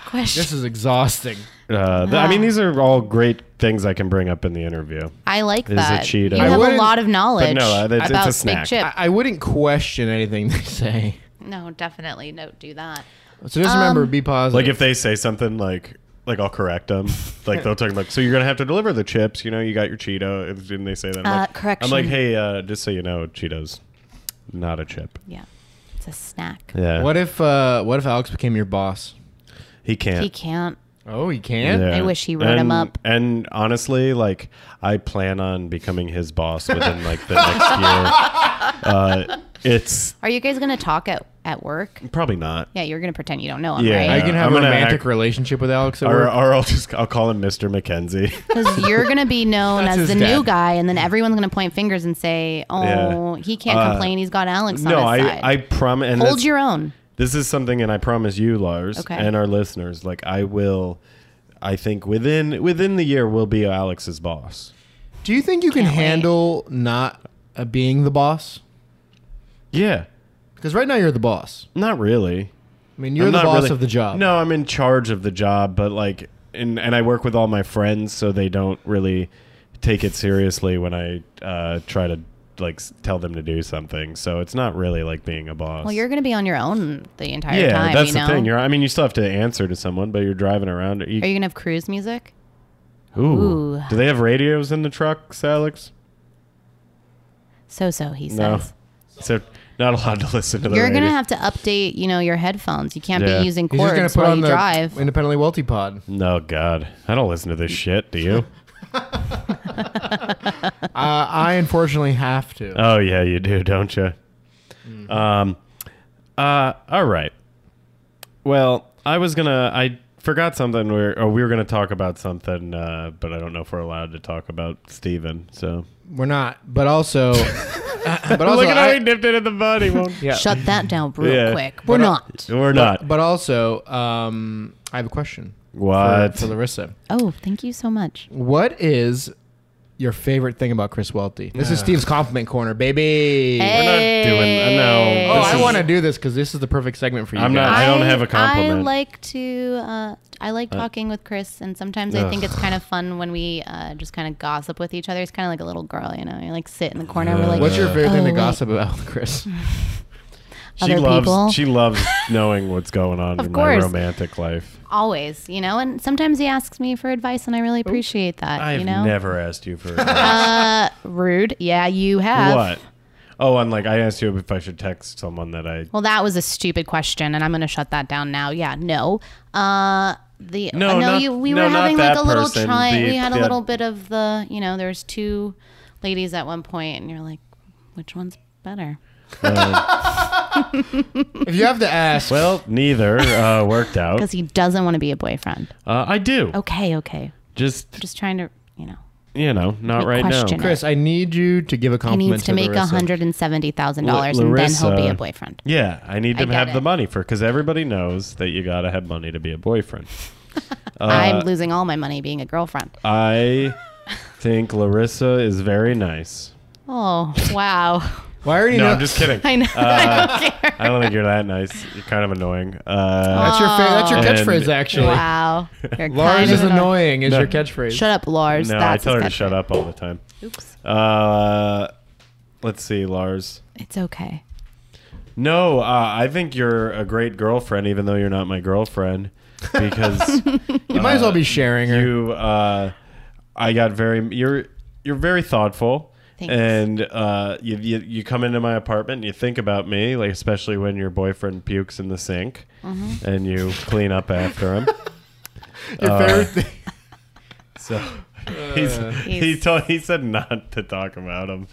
Speaker 3: Question.
Speaker 2: This is exhausting.
Speaker 1: Uh, th- I mean, these are all great things I can bring up in the interview.
Speaker 3: I like
Speaker 1: This is a
Speaker 3: that.
Speaker 1: Cheeto.
Speaker 3: You
Speaker 1: I
Speaker 3: have a
Speaker 2: wouldn't-
Speaker 3: lot of knowledge
Speaker 1: but no, uh, that's- it's
Speaker 3: about
Speaker 1: a snack.
Speaker 3: Big Chip.
Speaker 2: I, I wouldn't question anything (laughs) they say.
Speaker 3: no, definitely don't do that.
Speaker 2: So just remember,
Speaker 3: Um,
Speaker 2: be positive.
Speaker 1: Like if they say something like, like I'll correct
Speaker 3: (laughs)
Speaker 1: them. Like they'll talk like, so you're gonna have to deliver the chips. You know, you got your Cheeto, and they say that. I'm
Speaker 3: Uh,
Speaker 1: like,
Speaker 3: correction.
Speaker 1: I'm like, hey, uh, just so you know, Cheetos, not a chip.
Speaker 3: Yeah. It's a snack.
Speaker 1: Yeah.
Speaker 2: what if uh, what if Alex became your boss?
Speaker 1: He can't.
Speaker 3: He can't.
Speaker 2: Oh, he can.
Speaker 1: Yeah.
Speaker 3: I wish he wrote him
Speaker 1: And-
Speaker 3: up.
Speaker 1: And honestly, like I plan on becoming his boss within like the next year. Uh,
Speaker 3: (laughs)
Speaker 1: it's
Speaker 3: Are you guys going to talk at, at work?
Speaker 1: probably not.
Speaker 3: Yeah, you're going to pretend you don't know him,
Speaker 1: Yeah.
Speaker 2: Are you
Speaker 3: right?
Speaker 2: gonna have
Speaker 1: I'm
Speaker 2: a
Speaker 1: gonna
Speaker 2: romantic
Speaker 1: act-
Speaker 2: relationship with Alex? At
Speaker 1: Or,
Speaker 2: work?
Speaker 1: or I'll just I'll call him Mr. McKenzie.
Speaker 3: Because you're going to
Speaker 1: (laughs)
Speaker 3: be known
Speaker 2: That's
Speaker 3: as
Speaker 2: his
Speaker 3: the
Speaker 2: dad.
Speaker 3: new guy, and then everyone's going to point fingers and say, oh,
Speaker 1: Yeah.
Speaker 3: he can't
Speaker 1: Uh,
Speaker 3: complain. He's got Alex
Speaker 1: no,
Speaker 3: on his
Speaker 1: I
Speaker 3: side.
Speaker 1: I promise. And
Speaker 3: Hold
Speaker 1: this,
Speaker 3: your own.
Speaker 1: this is something, and I promise you, Lars,
Speaker 3: Okay.
Speaker 1: and our listeners, like I will. I think within within the year we'll be Alex's boss.
Speaker 2: Do you think you can
Speaker 3: Can't wait.
Speaker 2: handle not uh, being the boss?
Speaker 1: Yeah,
Speaker 2: Because right now you're the boss.
Speaker 1: not really.
Speaker 2: I mean, you're
Speaker 1: I'm
Speaker 2: the
Speaker 1: not
Speaker 2: boss
Speaker 1: really-
Speaker 2: of the job.
Speaker 1: No, I'm in charge of the job, but like, and and I work with all my friends, so they don't really take it seriously when I uh, try to like s- tell them to do something. So it's not really like being a boss.
Speaker 3: Well, you're going to be on your own the entire
Speaker 1: yeah,
Speaker 3: time.
Speaker 1: that's
Speaker 3: you
Speaker 1: the
Speaker 3: know?
Speaker 1: thing. You're, I mean, you still have to answer to someone, but you're driving around. You,
Speaker 3: Are you going to have cruise music?
Speaker 1: Ooh.
Speaker 3: Ooh.
Speaker 1: Do they have radios in the trucks, Alex?
Speaker 3: So so he
Speaker 1: No.
Speaker 3: says.
Speaker 1: So not allowed to listen to the
Speaker 3: You're gonna
Speaker 1: radio.
Speaker 3: have to update, you know, your headphones. You can't
Speaker 1: Yeah.
Speaker 3: be using
Speaker 2: He's just gonna
Speaker 3: cords
Speaker 2: put
Speaker 3: while
Speaker 2: on
Speaker 3: you
Speaker 2: the
Speaker 3: drive.
Speaker 2: independently wealthy
Speaker 3: (laughs)
Speaker 2: pod.
Speaker 1: No, God. I don't listen to this shit, do you?
Speaker 2: Uh, I unfortunately have to.
Speaker 1: Oh yeah, you do, don't you? Um, uh, all right. Well, I was gonna. I forgot something. We or we were gonna talk about something, uh, but I don't know if we're allowed to talk about Steven, So,
Speaker 2: We're not,
Speaker 1: (laughs)
Speaker 2: but also, but also,
Speaker 1: look at how
Speaker 2: I-
Speaker 1: he dipped it in the bud. He (laughs) won't.
Speaker 2: yeah,
Speaker 3: Shut that down real
Speaker 1: Yeah.
Speaker 3: quick. We're
Speaker 2: But, uh,
Speaker 3: not.
Speaker 1: We're not.
Speaker 2: But also, um, I have a question. for-
Speaker 1: What?
Speaker 2: for, Larissa?
Speaker 3: Oh, thank you so much.
Speaker 2: What is your favorite thing about Chris Welty? This is Steve's compliment corner, baby.
Speaker 1: We're
Speaker 3: Hey.
Speaker 1: not doing.
Speaker 2: Oh,
Speaker 1: No. this
Speaker 2: I
Speaker 1: is-
Speaker 2: want to do this because this is the perfect segment for you.
Speaker 1: I'm
Speaker 2: guys.
Speaker 1: not- I don't have a compliment.
Speaker 3: I like to. Uh, I like talking with Chris, and sometimes I think it's kind of fun when we uh, just kind of gossip with each other. It's kind of like a little girl, you know. You like sit in the corner. we're like,
Speaker 2: What's your favorite thing
Speaker 3: "Oh,
Speaker 2: to
Speaker 3: wait,
Speaker 2: gossip about, (laughs) Chris?
Speaker 1: She
Speaker 3: other
Speaker 1: loves.
Speaker 3: people.
Speaker 1: She loves knowing what's going on
Speaker 3: Of
Speaker 1: in my
Speaker 3: course.
Speaker 1: romantic life.
Speaker 3: Always, you know. And sometimes he asks me for advice, and I really appreciate that.
Speaker 1: I've
Speaker 3: you know,
Speaker 1: never asked you for. (laughs)
Speaker 3: uh, rude. Yeah, you have.
Speaker 1: What? Oh, and like I asked you if I should text someone that
Speaker 3: (laughs)
Speaker 1: I.
Speaker 3: Well, that was a stupid question, and I'm going to shut that down now. Yeah, no. Uh, the
Speaker 1: No,
Speaker 3: uh, no,
Speaker 1: not-
Speaker 3: you, we
Speaker 1: no,
Speaker 3: were
Speaker 1: not
Speaker 3: having
Speaker 1: that
Speaker 3: like a little
Speaker 1: person.
Speaker 3: try.
Speaker 1: The-
Speaker 3: we had
Speaker 1: the-
Speaker 3: a little bit of the, you know, there's two ladies at one point, and you're like, which one's better?
Speaker 2: if you have to ask,
Speaker 1: uh, Well, neither uh, worked out.
Speaker 3: Because he doesn't want to be a boyfriend.
Speaker 1: Uh, I do.
Speaker 3: Okay, okay.
Speaker 1: Just
Speaker 3: Just trying to, you know,
Speaker 1: you know, not
Speaker 3: me
Speaker 1: right now.
Speaker 3: question
Speaker 2: Chris, I need you to give a
Speaker 3: he
Speaker 2: compliment.
Speaker 3: needs to make
Speaker 2: Larissa.
Speaker 3: hundred and seventy thousand dollars,
Speaker 1: L-
Speaker 3: and then he'll be
Speaker 1: Larissa.
Speaker 3: a boyfriend.
Speaker 1: Yeah, I need
Speaker 3: I
Speaker 1: to
Speaker 3: get
Speaker 1: have the
Speaker 3: it.
Speaker 1: money for because everybody knows that you gotta have money to be a boyfriend. uh,
Speaker 3: I'm losing all my money being a girlfriend.
Speaker 1: I think Larissa is very nice.
Speaker 3: Oh wow! (laughs)
Speaker 2: Why are you?
Speaker 1: No,
Speaker 2: know-
Speaker 1: I'm just kidding.
Speaker 3: I know.
Speaker 1: Uh,
Speaker 3: I don't care.
Speaker 1: I don't think you're that nice. You're kind of annoying.
Speaker 3: Oh,
Speaker 1: Uh,
Speaker 2: That's your fa- that's your
Speaker 1: And-
Speaker 2: catchphrase, actually.
Speaker 3: Wow, you're
Speaker 2: Lars
Speaker 3: kind
Speaker 2: is
Speaker 3: of annoying.
Speaker 2: annoying is
Speaker 1: No.
Speaker 2: your catchphrase.
Speaker 3: Shut up, Lars.
Speaker 1: no, I
Speaker 3: That's
Speaker 1: tell her to
Speaker 3: his
Speaker 1: shut
Speaker 3: catchphrase.
Speaker 1: up all the time.
Speaker 3: Oops.
Speaker 1: Uh, let's see, Lars.
Speaker 3: It's okay.
Speaker 1: No, uh, I think you're a great girlfriend, even though you're not my girlfriend,
Speaker 3: (laughs)
Speaker 1: because
Speaker 2: you
Speaker 1: Uh,
Speaker 2: might as well be sharing (laughs) her.
Speaker 1: you uh i got very you're you're very thoughtful
Speaker 3: Thanks.
Speaker 1: and uh you, you you come into my apartment and you think about me like especially when your boyfriend pukes in the sink
Speaker 3: Mm-hmm.
Speaker 1: and you clean up after
Speaker 3: (laughs)
Speaker 1: him
Speaker 2: Your
Speaker 1: um, uh,
Speaker 2: favorite thing-
Speaker 1: so he's,
Speaker 2: Uh,
Speaker 1: he
Speaker 3: He's-
Speaker 1: told he said not to talk about him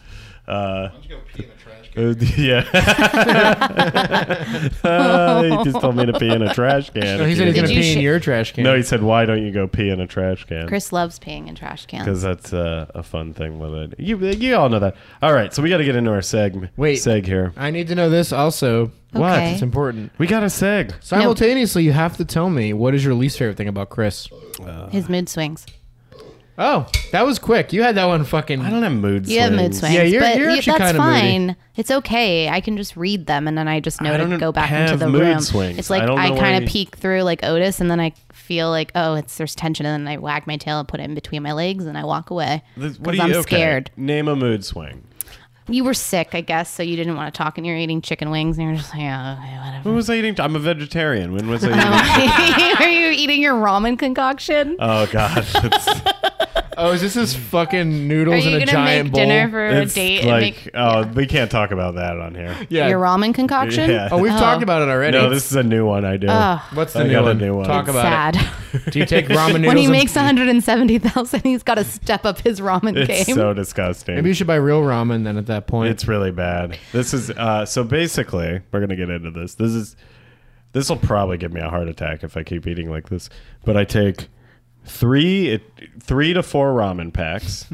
Speaker 1: uh
Speaker 4: don't you go pee in the trash can?
Speaker 1: uh, (laughs)
Speaker 3: (laughs)
Speaker 1: yeah. he just told me to pee in a trash can.
Speaker 2: No, Oh, he said he's
Speaker 3: Did
Speaker 2: gonna
Speaker 3: you
Speaker 2: pee in
Speaker 3: sh-
Speaker 2: your trash can.
Speaker 1: No, he said, "Why don't you go pee in a trash can?"
Speaker 3: Chris loves peeing in trash cans.
Speaker 1: because that's uh, a fun thing with it. You you all know that. All right, so we got to get into our seg.
Speaker 2: Wait.
Speaker 1: seg here.
Speaker 2: I need to know this also.
Speaker 1: What?
Speaker 3: Okay.
Speaker 2: It's important.
Speaker 1: We got a seg.
Speaker 2: Simultaneously, you have to tell me what is your least favorite thing about Chris.
Speaker 3: His mood swings.
Speaker 2: Oh, that was quick. You had that one fucking.
Speaker 1: I don't have mood.
Speaker 3: You have mood swings.
Speaker 2: Yeah, you're-
Speaker 3: but
Speaker 2: you're
Speaker 3: you-
Speaker 2: actually
Speaker 3: that's
Speaker 2: kinda moody.
Speaker 3: fine. It's okay. I can just read them and then I just know
Speaker 1: I
Speaker 3: to
Speaker 1: don't
Speaker 3: go back into
Speaker 1: have
Speaker 3: the
Speaker 1: mood
Speaker 3: room.
Speaker 1: swings.
Speaker 3: It's like
Speaker 1: I don't
Speaker 3: I,
Speaker 1: know
Speaker 3: kind
Speaker 1: why-
Speaker 3: of peek through like Otis and then I feel like, oh, it's there's tension and then I wag my tail and put it in between my legs and I walk away.
Speaker 1: This- what
Speaker 3: Because
Speaker 1: do
Speaker 3: I'm
Speaker 1: you- okay.
Speaker 3: scared.
Speaker 1: Name a mood swing.
Speaker 3: You were sick, I guess, so you didn't want to talk and you're eating chicken wings and you're just like, oh, okay,
Speaker 1: (laughs)
Speaker 3: whatever. (laughs)
Speaker 1: When was I eating? I'm a vegetarian. When was I eating?
Speaker 3: Are you eating your ramen concoction?
Speaker 1: oh
Speaker 3: (laughs)
Speaker 1: God, it's,
Speaker 2: oh, is this his fucking
Speaker 3: Are
Speaker 2: noodles in
Speaker 3: you
Speaker 2: a
Speaker 3: gonna
Speaker 2: giant
Speaker 3: make
Speaker 2: bowl?
Speaker 3: dinner for a
Speaker 1: it's
Speaker 3: date?
Speaker 1: like
Speaker 3: and make
Speaker 1: oh, we can't talk about that on here.
Speaker 2: yeah.
Speaker 3: your ramen concoction?
Speaker 1: Yeah.
Speaker 2: Oh, we've
Speaker 3: Oh.
Speaker 2: talked about it already.
Speaker 1: No, this is a new one I do.
Speaker 3: Ugh.
Speaker 2: What's the
Speaker 1: I
Speaker 2: new
Speaker 1: got a
Speaker 2: one?
Speaker 1: new one.
Speaker 2: Talk
Speaker 1: It's
Speaker 2: about
Speaker 3: Sad.
Speaker 2: (laughs)
Speaker 3: (laughs)
Speaker 2: it. Do you take ramen noodles?
Speaker 3: when he
Speaker 2: and-
Speaker 3: makes 170,000, he's got to step up his ramen
Speaker 1: It's
Speaker 3: game.
Speaker 1: so disgusting.
Speaker 2: Maybe you should buy real ramen then. At that point,
Speaker 1: It's really bad. This is uh, so basically we're gonna get into this. This is this will probably give me a heart attack if I keep eating like this. But I take three it, three to four ramen packs.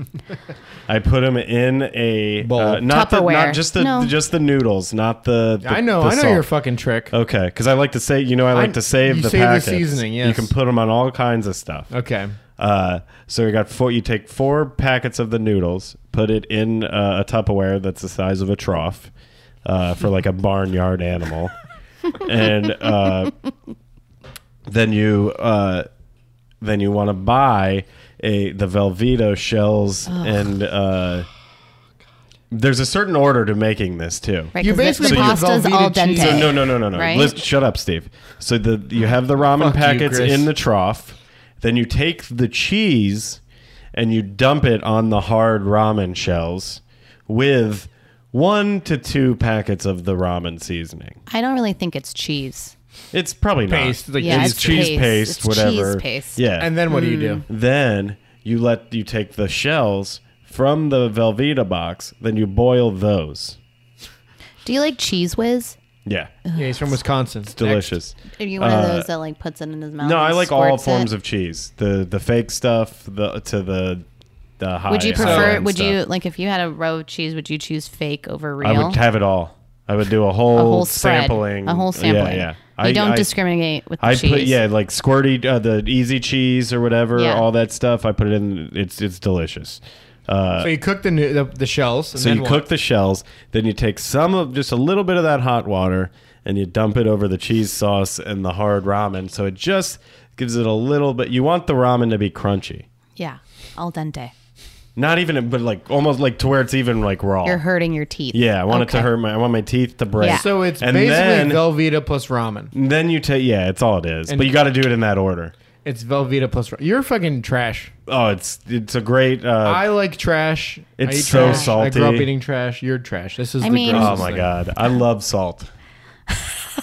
Speaker 1: I put them in a
Speaker 2: Bowl.
Speaker 1: uh, not the
Speaker 3: Tupperware.
Speaker 1: not just the
Speaker 3: No.
Speaker 1: just the noodles, not the. the
Speaker 2: I know.
Speaker 1: the
Speaker 2: I know
Speaker 1: salt. Uh,
Speaker 2: your fucking trick.
Speaker 1: Okay, because I like to say, you know, I like
Speaker 2: I-
Speaker 1: to save
Speaker 2: you
Speaker 1: the
Speaker 2: save the
Speaker 1: packets.
Speaker 2: seasoning, yes.
Speaker 1: You can put them on all kinds of stuff.
Speaker 2: Okay.
Speaker 1: Uh, so you got four. You take four packets of the noodles, put it in uh, a Tupperware that's the size of a trough uh, for like a barnyard animal, and uh, then you uh, then you want to buy a the Velveeta shells and. Uh, there's a certain order to making this too.
Speaker 3: Right,
Speaker 2: You
Speaker 3: 'cause the-
Speaker 2: basically
Speaker 3: the
Speaker 1: put
Speaker 3: pasta's
Speaker 2: Velveeta
Speaker 3: all
Speaker 2: cheese-
Speaker 3: dente.
Speaker 1: So no, no, no, no, no.
Speaker 3: Right?
Speaker 1: Listen, shut up, Steve. So the you have the ramen
Speaker 2: Fuck you,
Speaker 1: packets
Speaker 2: Chris.
Speaker 1: in the trough, then you take the cheese and you dump it on the hard ramen shells with one to two packets of the ramen seasoning.
Speaker 3: I don't really think it's cheese.
Speaker 1: It's probably not.
Speaker 2: Paste, like
Speaker 3: Yeah,
Speaker 1: it's,
Speaker 3: it's
Speaker 1: cheese
Speaker 3: paste.
Speaker 1: paste,
Speaker 3: It's
Speaker 1: whatever.
Speaker 3: cheese paste.
Speaker 1: Yeah.
Speaker 2: And then what do you
Speaker 3: Mm.
Speaker 2: do?
Speaker 1: Then you let you take the shells from the Velveeta box, then you boil those.
Speaker 3: Do you like cheese whiz?
Speaker 1: Yeah,
Speaker 2: Yeah, he's from Wisconsin.
Speaker 1: delicious.
Speaker 3: Are you one of
Speaker 1: Uh,
Speaker 3: those that like puts it in his mouth?
Speaker 1: No, I like all forms
Speaker 3: of.
Speaker 1: of cheese. The the fake stuff, the to the the high.
Speaker 3: Would you
Speaker 1: high-end
Speaker 3: prefer? Would
Speaker 1: stuff.
Speaker 3: you like if you had a row of cheese? Would you choose fake over real?
Speaker 1: I would have it all. I would do a whole,
Speaker 3: whole spread,
Speaker 1: sampling.
Speaker 3: a whole sampling.
Speaker 1: Yeah, yeah.
Speaker 3: You don't
Speaker 1: I,
Speaker 3: discriminate with the
Speaker 1: I
Speaker 3: cheese.
Speaker 1: put yeah, like squirty uh, the easy cheese or whatever,
Speaker 3: Yeah.
Speaker 1: all that stuff. I put it in. It's it's delicious. Uh,
Speaker 2: So you cook the new, the, the shells. And
Speaker 1: So
Speaker 2: then
Speaker 1: you
Speaker 2: what?
Speaker 1: cook the shells, then you take some of just a little bit of that hot water and you dump it over the cheese sauce and the hard ramen. So it just gives it a little bit. You want the ramen to be crunchy.
Speaker 3: yeah, al dente.
Speaker 1: Not even but like almost like to where it's even like raw.
Speaker 3: You're hurting your teeth.
Speaker 1: yeah, I want it
Speaker 3: Okay.
Speaker 1: to hurt my I want my teeth to break.
Speaker 3: Yeah.
Speaker 2: So it's
Speaker 1: and
Speaker 2: basically
Speaker 1: then,
Speaker 2: Velveeta plus ramen.
Speaker 1: then you take yeah, it's all it is. but you got to do it in that order.
Speaker 2: It's Velveeta plus ramen. You're fucking trash.
Speaker 1: Oh, it's it's a great uh,
Speaker 2: I like trash.
Speaker 1: It's
Speaker 2: I eat
Speaker 1: so
Speaker 2: trash. I grew
Speaker 1: salty.
Speaker 2: up eating trash. You're trash. This is
Speaker 3: I
Speaker 2: the
Speaker 3: mean-
Speaker 2: grossest
Speaker 1: Oh my
Speaker 2: thing.
Speaker 1: god, I love salt.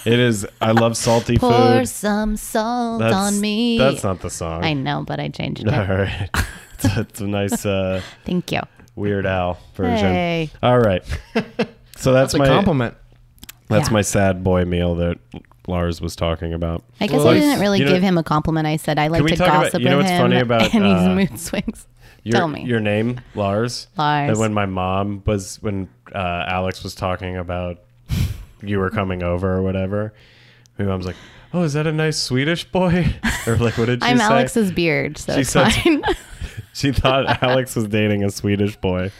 Speaker 1: it is I love salty
Speaker 3: Pour
Speaker 1: food.
Speaker 3: some salt
Speaker 1: That's
Speaker 3: on me.
Speaker 1: That's not the song.
Speaker 3: I know, but I changed
Speaker 1: (laughs)
Speaker 3: it.
Speaker 1: All right. It's a, it's a nice uh,
Speaker 3: Thank you.
Speaker 1: Weird Al version.
Speaker 3: Hey.
Speaker 1: All
Speaker 2: (laughs)
Speaker 1: right. So that's,
Speaker 2: It's a
Speaker 1: my
Speaker 2: compliment.
Speaker 1: that's
Speaker 3: Yeah.
Speaker 1: my sad boy meal that Lars was talking about.
Speaker 3: I guess
Speaker 2: Well,
Speaker 3: I
Speaker 2: it's-
Speaker 3: didn't really
Speaker 1: you know-
Speaker 3: give him a compliment. I said I like
Speaker 1: we
Speaker 3: to
Speaker 1: talk about-
Speaker 3: gossip
Speaker 1: you know
Speaker 3: with
Speaker 1: what's
Speaker 3: him
Speaker 1: funny about,
Speaker 3: (laughs) and
Speaker 1: uh,
Speaker 3: his mood swings.
Speaker 1: Your,
Speaker 3: Tell me.
Speaker 1: your name, Lars.
Speaker 3: Lars.
Speaker 1: That when my mom was when uh, Alex was talking about you were coming over or whatever, my mom's like, "Oh, is that a nice Swedish boy?" (laughs) or like, "What did she
Speaker 3: I'm
Speaker 1: say?"
Speaker 3: Alex's beard, so
Speaker 1: She
Speaker 3: it's
Speaker 1: said- (laughs)
Speaker 3: fine.
Speaker 1: she
Speaker 3: (laughs)
Speaker 1: thought Alex was dating a Swedish boy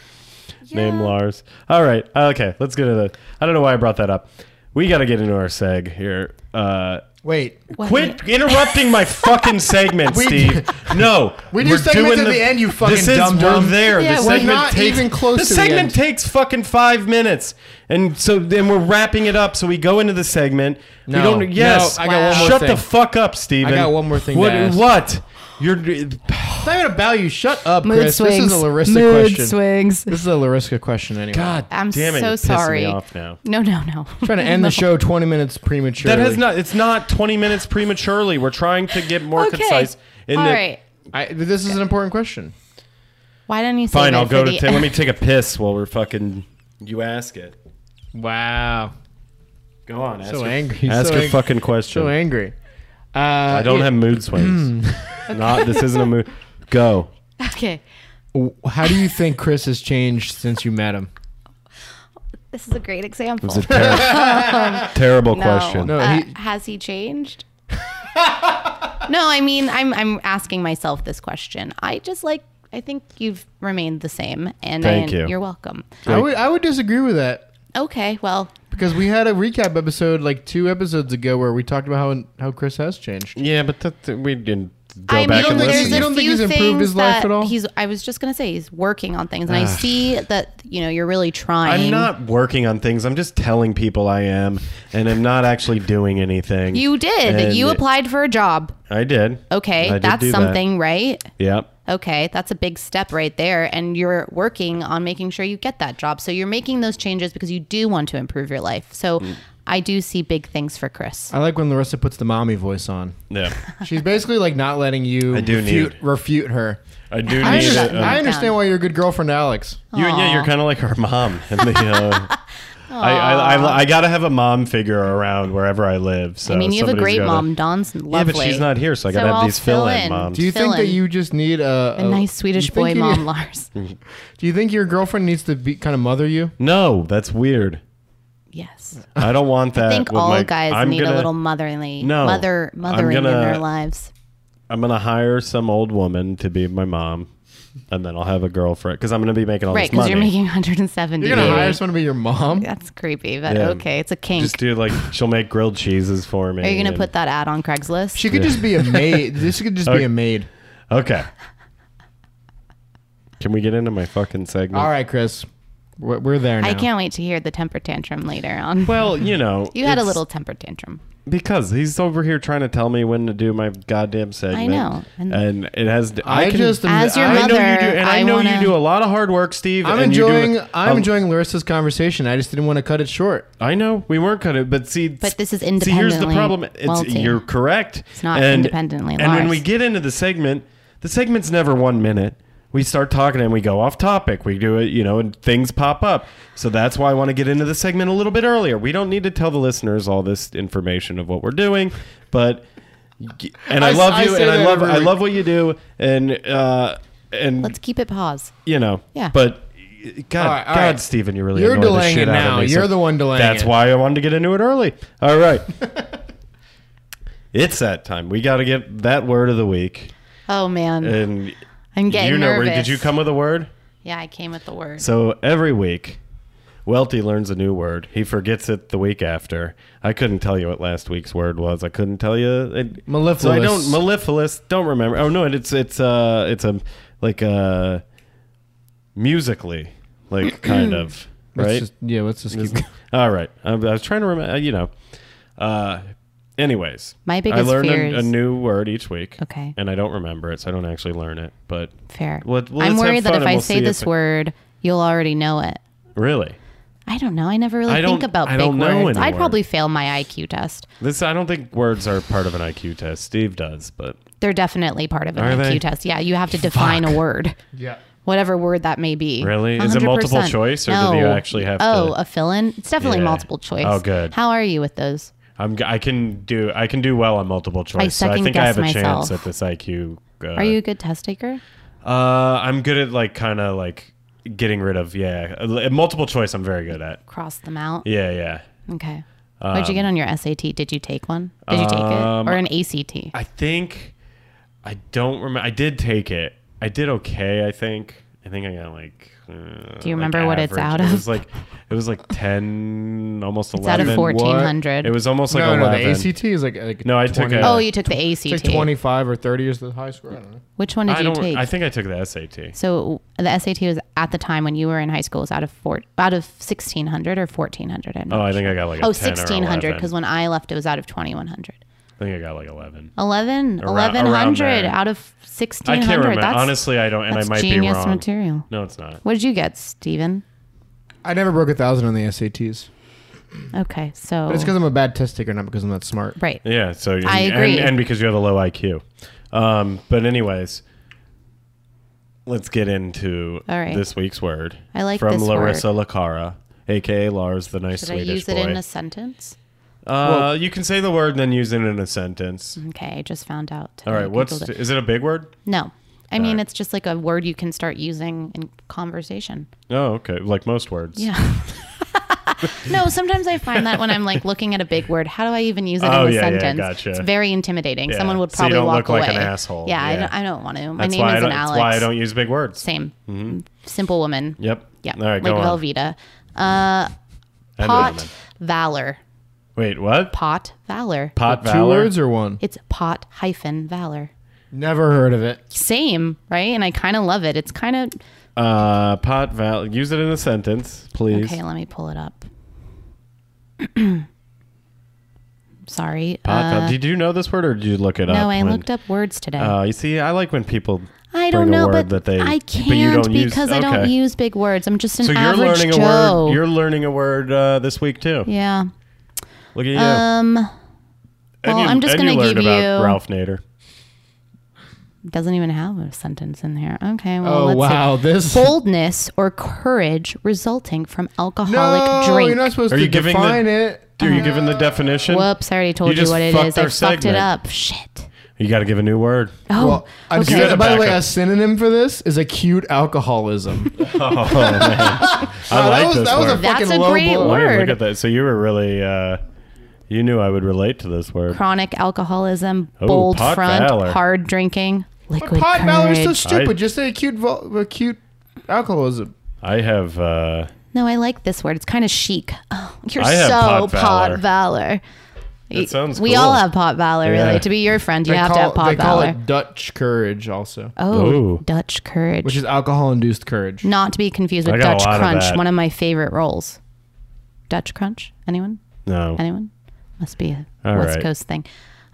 Speaker 1: named
Speaker 3: Yeah.
Speaker 1: Lars. All right. Okay. Let's get into the. I don't know why I brought that up. We got to get into our seg here. Uh,
Speaker 2: Wait. (sighs)
Speaker 3: What?
Speaker 1: quit interrupting my
Speaker 3: (laughs)
Speaker 1: fucking segment,
Speaker 2: We-
Speaker 1: Steve. No.
Speaker 2: We do
Speaker 1: we're
Speaker 2: segments
Speaker 1: doing
Speaker 2: at the end, you fucking
Speaker 1: this is,
Speaker 2: dumb
Speaker 1: We're
Speaker 2: dumb.
Speaker 1: there.
Speaker 3: Yeah,
Speaker 1: the
Speaker 3: we're
Speaker 1: segment
Speaker 2: not
Speaker 1: takes,
Speaker 2: even close
Speaker 1: The
Speaker 2: to the
Speaker 1: segment
Speaker 2: end.
Speaker 1: takes fucking five minutes. And so then we're wrapping it up. So we go into the segment.
Speaker 2: No.
Speaker 1: we don't, yes.
Speaker 2: No, I got
Speaker 3: one
Speaker 2: more
Speaker 1: Shut
Speaker 2: thing.
Speaker 1: the fuck up, Steven.
Speaker 2: got one more thing to
Speaker 1: What?
Speaker 2: ask.
Speaker 1: what? You're.
Speaker 2: It's not even about you. Shut up,
Speaker 3: Mood
Speaker 2: Chris.
Speaker 3: swings.
Speaker 2: This is a Larissa
Speaker 3: Mood
Speaker 2: question.
Speaker 3: swings.
Speaker 2: This is a Larissa question anyway.
Speaker 1: God
Speaker 3: I'm
Speaker 1: damn it,
Speaker 3: so
Speaker 1: you're pissing me
Speaker 3: sorry.
Speaker 1: off now.
Speaker 3: No, no, no.
Speaker 2: trying to
Speaker 3: (laughs)
Speaker 2: end the show 20 minutes prematurely.
Speaker 1: That has not. It's not twenty minutes prematurely. We're trying to get more
Speaker 3: Okay.
Speaker 1: concise. In
Speaker 3: All
Speaker 1: the,
Speaker 3: right.
Speaker 2: I, this is an important question.
Speaker 3: Why don't you say
Speaker 1: Fine,
Speaker 3: that
Speaker 1: I'll
Speaker 3: for
Speaker 1: go to.
Speaker 3: the-
Speaker 1: ta- let
Speaker 3: (laughs)
Speaker 1: me take a piss while we're fucking. You ask it.
Speaker 2: Wow.
Speaker 1: Go on. Ask
Speaker 2: So
Speaker 1: your,
Speaker 2: angry.
Speaker 1: Ask
Speaker 2: So
Speaker 1: your
Speaker 2: ang-
Speaker 1: fucking question.
Speaker 2: So angry. Uh,
Speaker 1: I don't have mood swings. (laughs)
Speaker 2: Hmm.
Speaker 1: Not. This isn't a mood. Go.
Speaker 3: Okay.
Speaker 2: How do you think Chris has changed since you met him?
Speaker 3: This is a great example.
Speaker 1: It's a ter-
Speaker 2: (laughs)
Speaker 1: terrible question.
Speaker 2: No,
Speaker 3: Uh,
Speaker 2: he-
Speaker 3: has
Speaker 2: (laughs)
Speaker 3: he changed? no, I mean, I'm I'm asking myself this question. I just like I think you've remained the same, and
Speaker 1: Thank
Speaker 3: I,
Speaker 1: you.
Speaker 3: are welcome.
Speaker 2: I would, I would disagree with that
Speaker 3: Okay, well,
Speaker 2: because we had a recap episode like two episodes ago where we talked about how how Chris has changed.
Speaker 1: Yeah, but that, that- we didn't go
Speaker 3: I
Speaker 1: back
Speaker 3: mean,
Speaker 1: and
Speaker 2: think
Speaker 3: there's
Speaker 1: listen.
Speaker 2: You
Speaker 3: a
Speaker 2: don't think
Speaker 3: few
Speaker 2: he's improved
Speaker 3: things
Speaker 2: his life
Speaker 3: that
Speaker 2: at all?
Speaker 3: he's. I was just gonna say he's working on things, and I see that you know you're really trying.
Speaker 1: I'm not working on things. I'm just telling people I am, and I'm not actually doing anything.
Speaker 3: You did.
Speaker 1: And
Speaker 3: you
Speaker 1: it-
Speaker 3: applied for a job.
Speaker 1: I did.
Speaker 3: Okay,
Speaker 1: I did
Speaker 3: that's
Speaker 1: do that.
Speaker 3: something, right?
Speaker 1: Yep.
Speaker 3: Okay, that's a big step right there. And you're working on making sure you get that job. So you're making those changes because you do want to improve your life. So
Speaker 1: Mm.
Speaker 3: I do see big things for Chris.
Speaker 2: I like when Larissa puts the mommy voice on.
Speaker 1: Yeah.
Speaker 2: She's basically like not letting you
Speaker 1: I do
Speaker 2: refute,
Speaker 1: need-
Speaker 2: refute her.
Speaker 1: I do need
Speaker 2: I,
Speaker 3: just-
Speaker 1: it.
Speaker 2: understand,
Speaker 1: Um,
Speaker 2: I understand why you're a good girlfriend, Alex.
Speaker 3: Oh,
Speaker 1: You, yeah, you're kind of like our mom. And the, uh,
Speaker 3: (laughs)
Speaker 1: I, I, I, I gotta have a mom figure around wherever I live. So
Speaker 3: I mean, you have a
Speaker 1: Uh, somebody's
Speaker 3: great
Speaker 1: gotta-
Speaker 3: mom. Don's
Speaker 1: Yeah,
Speaker 3: lovely.
Speaker 1: but she's not here, so I gotta have
Speaker 3: I'll
Speaker 1: these fill-in moms.
Speaker 2: Do you
Speaker 3: Fill
Speaker 2: think that
Speaker 3: in.
Speaker 2: you just need a,
Speaker 3: a nice Swedish
Speaker 2: you think
Speaker 3: boy
Speaker 2: you need- (laughs)
Speaker 3: mom, Lars?
Speaker 1: Mm.
Speaker 2: Do you think your girlfriend needs to be kind of mother you?
Speaker 1: No, that's weird.
Speaker 3: Yes.
Speaker 1: I don't want that.
Speaker 3: (laughs) I think
Speaker 1: with
Speaker 3: all
Speaker 1: Uh, my-
Speaker 3: guys
Speaker 1: I'm
Speaker 3: need
Speaker 1: gonna,
Speaker 3: a little motherly,
Speaker 1: No,
Speaker 3: mother,
Speaker 1: I'm
Speaker 3: mothering in
Speaker 1: gonna- Oh,
Speaker 3: their lives.
Speaker 1: I'm gonna hire some old woman to be my mom, and then I'll have a girlfriend because I'm gonna be making all
Speaker 3: Right,
Speaker 1: this
Speaker 3: because
Speaker 1: money.
Speaker 3: you're making 170.
Speaker 2: You're gonna hire someone to be your mom.
Speaker 3: That's creepy, but
Speaker 1: Yeah.
Speaker 3: okay, it's a kink.
Speaker 1: Just do like she'll make grilled cheeses for me.
Speaker 3: Are you gonna
Speaker 1: and-
Speaker 3: put that ad on Craigslist?
Speaker 2: She could just be a (laughs) maid. This could just be
Speaker 1: Okay.
Speaker 2: a maid.
Speaker 1: Okay. Can we get into my fucking segment?
Speaker 2: All right, Chris. We're, we're there now.
Speaker 3: I can't wait to hear the temper tantrum later on.
Speaker 1: Well, you know,
Speaker 3: you had a
Speaker 1: it's-
Speaker 3: little temper tantrum.
Speaker 1: because he's over here trying to tell me when to do my goddamn segment.
Speaker 3: know, and-
Speaker 1: and, it has.
Speaker 2: I, just am-
Speaker 3: As your
Speaker 1: I
Speaker 2: I,
Speaker 1: know you do,
Speaker 3: mother,
Speaker 1: and I,
Speaker 3: I
Speaker 1: know
Speaker 3: wanna-
Speaker 1: you do a lot of hard work, Steve.
Speaker 2: am
Speaker 1: and you do
Speaker 2: enjoying.
Speaker 1: it-
Speaker 2: I'm
Speaker 1: um,
Speaker 2: enjoying Larissa's conversation. I just didn't want to cut it short.
Speaker 1: I know we weren't cutting, but see,
Speaker 3: But this is
Speaker 1: See, here's the
Speaker 3: independently
Speaker 1: problem. It's
Speaker 3: wealthy.
Speaker 1: you're correct. It's
Speaker 3: not independently
Speaker 1: And when
Speaker 3: Lars.
Speaker 1: we get into the segment, the segment's never one minute. We start talking and we go off topic. We do it, you know, and things pop up. So that's why I want to get into the segment a little bit earlier. We don't need to tell the listeners all this information of what we're doing, but and I,
Speaker 2: I s-
Speaker 1: love
Speaker 2: I
Speaker 1: you,
Speaker 2: say
Speaker 1: and I
Speaker 2: that
Speaker 1: love
Speaker 2: every
Speaker 1: I
Speaker 2: week.
Speaker 1: love what you do, and uh, and
Speaker 3: Let's keep it pause.
Speaker 1: you know.
Speaker 3: Yeah.
Speaker 1: But God,
Speaker 2: All right, all
Speaker 1: God,
Speaker 2: right.
Speaker 1: Steven, you really
Speaker 2: You're
Speaker 1: annoy the
Speaker 2: delaying
Speaker 1: shit
Speaker 2: it
Speaker 1: out of
Speaker 2: now.
Speaker 1: me,
Speaker 2: You're the one delaying
Speaker 1: That's
Speaker 2: it.
Speaker 1: why I wanted to get into it early. All
Speaker 2: (laughs)
Speaker 1: right. it's that time. We got to get that word of the week.
Speaker 3: Oh man,
Speaker 1: And
Speaker 3: I'm getting
Speaker 1: Uh, you know, where-
Speaker 3: nervous.
Speaker 1: did you come with a word?
Speaker 3: Yeah, I came with the word.
Speaker 1: So every week, Welty learns a new word. He forgets it the week after. I couldn't tell you what last week's word was. I couldn't tell you. It,
Speaker 2: Mellifluous.
Speaker 1: So I don't mellifluous. Don't remember. Oh no, it's it's uh it's a like uh musically
Speaker 2: (clears throat)
Speaker 1: like kind of
Speaker 2: Let's
Speaker 1: right.
Speaker 2: just- yeah. Let's
Speaker 1: (laughs)
Speaker 2: just keep.
Speaker 1: All right. I, I was trying to remember. You know. Uh, anyways,
Speaker 3: My biggest
Speaker 1: I learn
Speaker 3: fear
Speaker 1: a,
Speaker 3: is-
Speaker 1: a new word each week.
Speaker 3: Okay.
Speaker 1: And I don't remember it, so I don't actually learn it. But
Speaker 3: Fair.
Speaker 1: What- well,
Speaker 3: I'm
Speaker 1: let's have
Speaker 3: worried that
Speaker 1: fun
Speaker 3: if
Speaker 1: and
Speaker 3: I
Speaker 1: we'll
Speaker 3: say
Speaker 1: see
Speaker 3: this
Speaker 1: if it-
Speaker 3: word, you'll already know it.
Speaker 1: really,
Speaker 3: I don't know. I never really
Speaker 1: I
Speaker 3: think
Speaker 1: don't-
Speaker 3: about
Speaker 1: I
Speaker 3: big
Speaker 1: don't know
Speaker 3: words.
Speaker 1: any
Speaker 3: I'd
Speaker 1: word.
Speaker 3: probably fail my IQ test.
Speaker 1: this I don't think words are part of an IQ test. Steve does, but
Speaker 3: They're definitely part of an
Speaker 1: Are
Speaker 3: IQ
Speaker 1: they?
Speaker 3: test. Yeah, you have to define a word,
Speaker 2: Yeah.
Speaker 3: whatever word that may be.
Speaker 1: Really? Is it multiple
Speaker 3: 100%.
Speaker 1: choice, or do you
Speaker 3: No.
Speaker 1: actually have
Speaker 3: Oh,
Speaker 1: to-
Speaker 3: a fill-in. It's definitely
Speaker 1: Yeah.
Speaker 3: multiple choice.
Speaker 1: Oh, good.
Speaker 3: How are you with those?
Speaker 1: I'm g- I can do I can do well on multiple choice. so I
Speaker 3: second
Speaker 1: think I
Speaker 3: guess
Speaker 1: have a
Speaker 3: myself.
Speaker 1: chance at this IQ. Uh,
Speaker 3: Are you a good test taker?
Speaker 1: Uh, I'm good at like kind of like getting rid of yeah uh, multiple choice. I'm very good at
Speaker 3: Cross them out.
Speaker 1: yeah yeah.
Speaker 3: Okay. What'd you get on your SAT? Did you take one? Did you take
Speaker 1: Um,
Speaker 3: it or an ACT?
Speaker 1: I think I don't remember. I did take it. I did okay. I think. I think I got like. Uh, Do
Speaker 3: you remember what it's out
Speaker 1: It
Speaker 3: of?
Speaker 1: was like, it was like ten, almost
Speaker 3: It's out
Speaker 1: eleven.
Speaker 3: of fourteen hundred.
Speaker 1: It was uh, almost like
Speaker 2: no, no.
Speaker 1: eleven.
Speaker 2: The ACT is like, like
Speaker 1: No, I took
Speaker 2: 20.
Speaker 1: a-
Speaker 3: Oh, you took the ACT.
Speaker 2: It's like 25 or 30 is the high score. I don't know.
Speaker 3: Which one did
Speaker 1: I
Speaker 3: you
Speaker 1: don't.
Speaker 3: take?
Speaker 1: I think I took the SAT.
Speaker 3: so the SAT was at the time when you were in high school was out of four, out of sixteen hundred or fourteen hundred.
Speaker 1: Oh, I think I got like. A
Speaker 3: oh,
Speaker 1: 10 or
Speaker 3: 1600
Speaker 1: 11.
Speaker 3: because when I left it was out of twenty one hundred.
Speaker 1: I think I got like eleven.
Speaker 3: 11
Speaker 1: Around-
Speaker 3: 1100
Speaker 1: around there.
Speaker 3: out of
Speaker 1: I
Speaker 3: 1600
Speaker 1: can't remember.
Speaker 3: that's
Speaker 1: Honestly, I don't, and I
Speaker 3: that's
Speaker 1: might be
Speaker 3: genius
Speaker 1: wrong.
Speaker 3: material
Speaker 1: No, it's not.
Speaker 3: what did you get steven
Speaker 2: I never broke a thousand on the SATs,
Speaker 3: okay so
Speaker 2: but it's because I'm a bad test taker, not because I'm not smart.
Speaker 3: Oh. right
Speaker 1: Yeah, so you-
Speaker 3: I
Speaker 1: and-
Speaker 3: agree.
Speaker 1: and, because you have a low IQ. Um, but anyways, let's get into
Speaker 3: All right.
Speaker 1: this week's word.
Speaker 3: I like
Speaker 1: from
Speaker 3: this
Speaker 1: Larissa Lakara, aka Lars, the nice
Speaker 3: should i
Speaker 1: Swedish
Speaker 3: use
Speaker 1: boy.
Speaker 3: it in a sentence
Speaker 1: uh, you can say the word and then use it in a sentence.
Speaker 3: okay i just found out
Speaker 1: All
Speaker 3: I
Speaker 1: right, what's
Speaker 3: Googled it.
Speaker 1: is it a big word?
Speaker 3: no i mean
Speaker 1: right.
Speaker 3: it's just like a word you can start using in conversation
Speaker 1: Oh, okay, like most words.
Speaker 3: yeah (laughs) no sometimes i find that when i'm like looking at a big word how do i even use it
Speaker 1: Oh,
Speaker 3: in a
Speaker 1: yeah, yeah,
Speaker 3: sentence
Speaker 1: gotcha.
Speaker 3: it's very intimidating
Speaker 1: Yeah.
Speaker 3: someone would
Speaker 1: So you
Speaker 3: probably
Speaker 1: don't
Speaker 3: walk
Speaker 1: look like
Speaker 3: away
Speaker 1: an asshole.
Speaker 3: yeah, I,
Speaker 1: Yeah.
Speaker 3: don't, I don't want to my
Speaker 1: That's
Speaker 3: name
Speaker 1: why I
Speaker 3: isn't
Speaker 1: don't,
Speaker 3: alex
Speaker 1: that's why I don't Mm-hmm. use big words.
Speaker 3: Same. Simple woman.
Speaker 1: Yep.
Speaker 3: Yeah.
Speaker 1: All right,
Speaker 3: like
Speaker 1: go on.
Speaker 3: Velveeta. Uh,
Speaker 1: I know
Speaker 3: pot
Speaker 1: them.
Speaker 3: valor.
Speaker 1: Wait, what?
Speaker 3: Pot valor.
Speaker 1: Pot
Speaker 2: Two
Speaker 1: valor?
Speaker 2: words or one?
Speaker 3: It's pot hyphen valor.
Speaker 2: Never heard of it.
Speaker 3: Same, right? And I kind of love it. It's kind of
Speaker 1: Uh, pot val. Use it in a sentence, please.
Speaker 3: okay. Let me pull it up. (clears throat) Sorry.
Speaker 1: Pot val-
Speaker 3: Uh,
Speaker 1: Did you know this word or did you look it up?
Speaker 3: no, I
Speaker 1: when-
Speaker 3: looked up words today.
Speaker 1: Oh, you see, I like when people.
Speaker 3: I don't
Speaker 1: bring a
Speaker 3: know,
Speaker 1: word
Speaker 3: but
Speaker 1: that they,
Speaker 3: I can't
Speaker 1: but you don't use-
Speaker 3: because I don't
Speaker 1: okay.
Speaker 3: use big words. I'm just an
Speaker 1: So you're
Speaker 3: average
Speaker 1: learning
Speaker 3: Joe.
Speaker 1: a word. You're learning a word uh, this week too.
Speaker 3: yeah.
Speaker 1: Look at you.
Speaker 3: Um.
Speaker 1: and
Speaker 3: well,
Speaker 1: you,
Speaker 3: I'm just
Speaker 1: and you
Speaker 3: gonna
Speaker 1: learned
Speaker 3: give
Speaker 1: about
Speaker 3: you-
Speaker 1: Ralph Nader.
Speaker 3: Doesn't even have a sentence in there. Okay. Well,
Speaker 2: Oh,
Speaker 3: let's see.
Speaker 2: wow. This.
Speaker 3: boldness or courage resulting from alcoholic
Speaker 2: no,
Speaker 3: drink.
Speaker 2: you're not supposed
Speaker 1: Are
Speaker 2: to
Speaker 1: you giving the-
Speaker 2: define it.
Speaker 1: Do you giving the definition?
Speaker 3: Uh, Whoops! I already
Speaker 1: You
Speaker 3: told you,
Speaker 1: just
Speaker 3: what it
Speaker 1: fucked
Speaker 3: is.
Speaker 1: our
Speaker 3: I fucked it
Speaker 1: segment.
Speaker 3: up. Shit.
Speaker 1: You got to give a new word. (laughs)
Speaker 3: Oh,
Speaker 2: Well, I'm
Speaker 3: okay.
Speaker 2: just-
Speaker 1: You had a
Speaker 2: by the way,
Speaker 1: backup.
Speaker 2: a synonym for this is acute
Speaker 1: (laughs)
Speaker 2: alcoholism.
Speaker 3: (laughs)
Speaker 1: Oh man, I like
Speaker 2: was-
Speaker 1: this
Speaker 2: that was a
Speaker 1: word.
Speaker 2: fucking
Speaker 3: That's a
Speaker 2: low
Speaker 3: great
Speaker 2: blow.
Speaker 1: Wow,
Speaker 3: word.
Speaker 1: Look at that. So you were really. Uh, you knew I would relate to this word.
Speaker 3: Chronic alcoholism,
Speaker 1: Oh,
Speaker 3: bold
Speaker 1: pot
Speaker 3: front,
Speaker 1: valor.
Speaker 3: hard drinking,
Speaker 2: But
Speaker 3: liquid
Speaker 2: pot valor is so
Speaker 3: courage.
Speaker 2: stupid.
Speaker 1: I-
Speaker 2: Just say acute, vo- acute alcoholism.
Speaker 1: I have. Uh,
Speaker 3: no, I like this word. It's kind of chic. Oh, you're
Speaker 1: I have
Speaker 3: so
Speaker 1: pot valor.
Speaker 3: pot valor.
Speaker 1: That sounds
Speaker 3: We
Speaker 1: cool.
Speaker 3: all have pot valor, really.
Speaker 1: Yeah.
Speaker 3: To be your friend, you
Speaker 2: They
Speaker 3: have
Speaker 2: call,
Speaker 3: to have pot
Speaker 2: They call
Speaker 3: valor.
Speaker 2: it Dutch courage, also,
Speaker 3: oh,
Speaker 1: Ooh.
Speaker 3: Dutch courage.
Speaker 2: which is alcohol-induced courage.
Speaker 3: Not to be confused
Speaker 1: I
Speaker 3: with
Speaker 1: got a
Speaker 3: Dutch
Speaker 1: lot of
Speaker 3: Crunch,
Speaker 1: that.
Speaker 3: one of my favorite rolls. Dutch Crunch? Anyone?
Speaker 1: No.
Speaker 3: Anyone? Must be a
Speaker 1: All
Speaker 3: West
Speaker 1: right.
Speaker 3: Coast thing.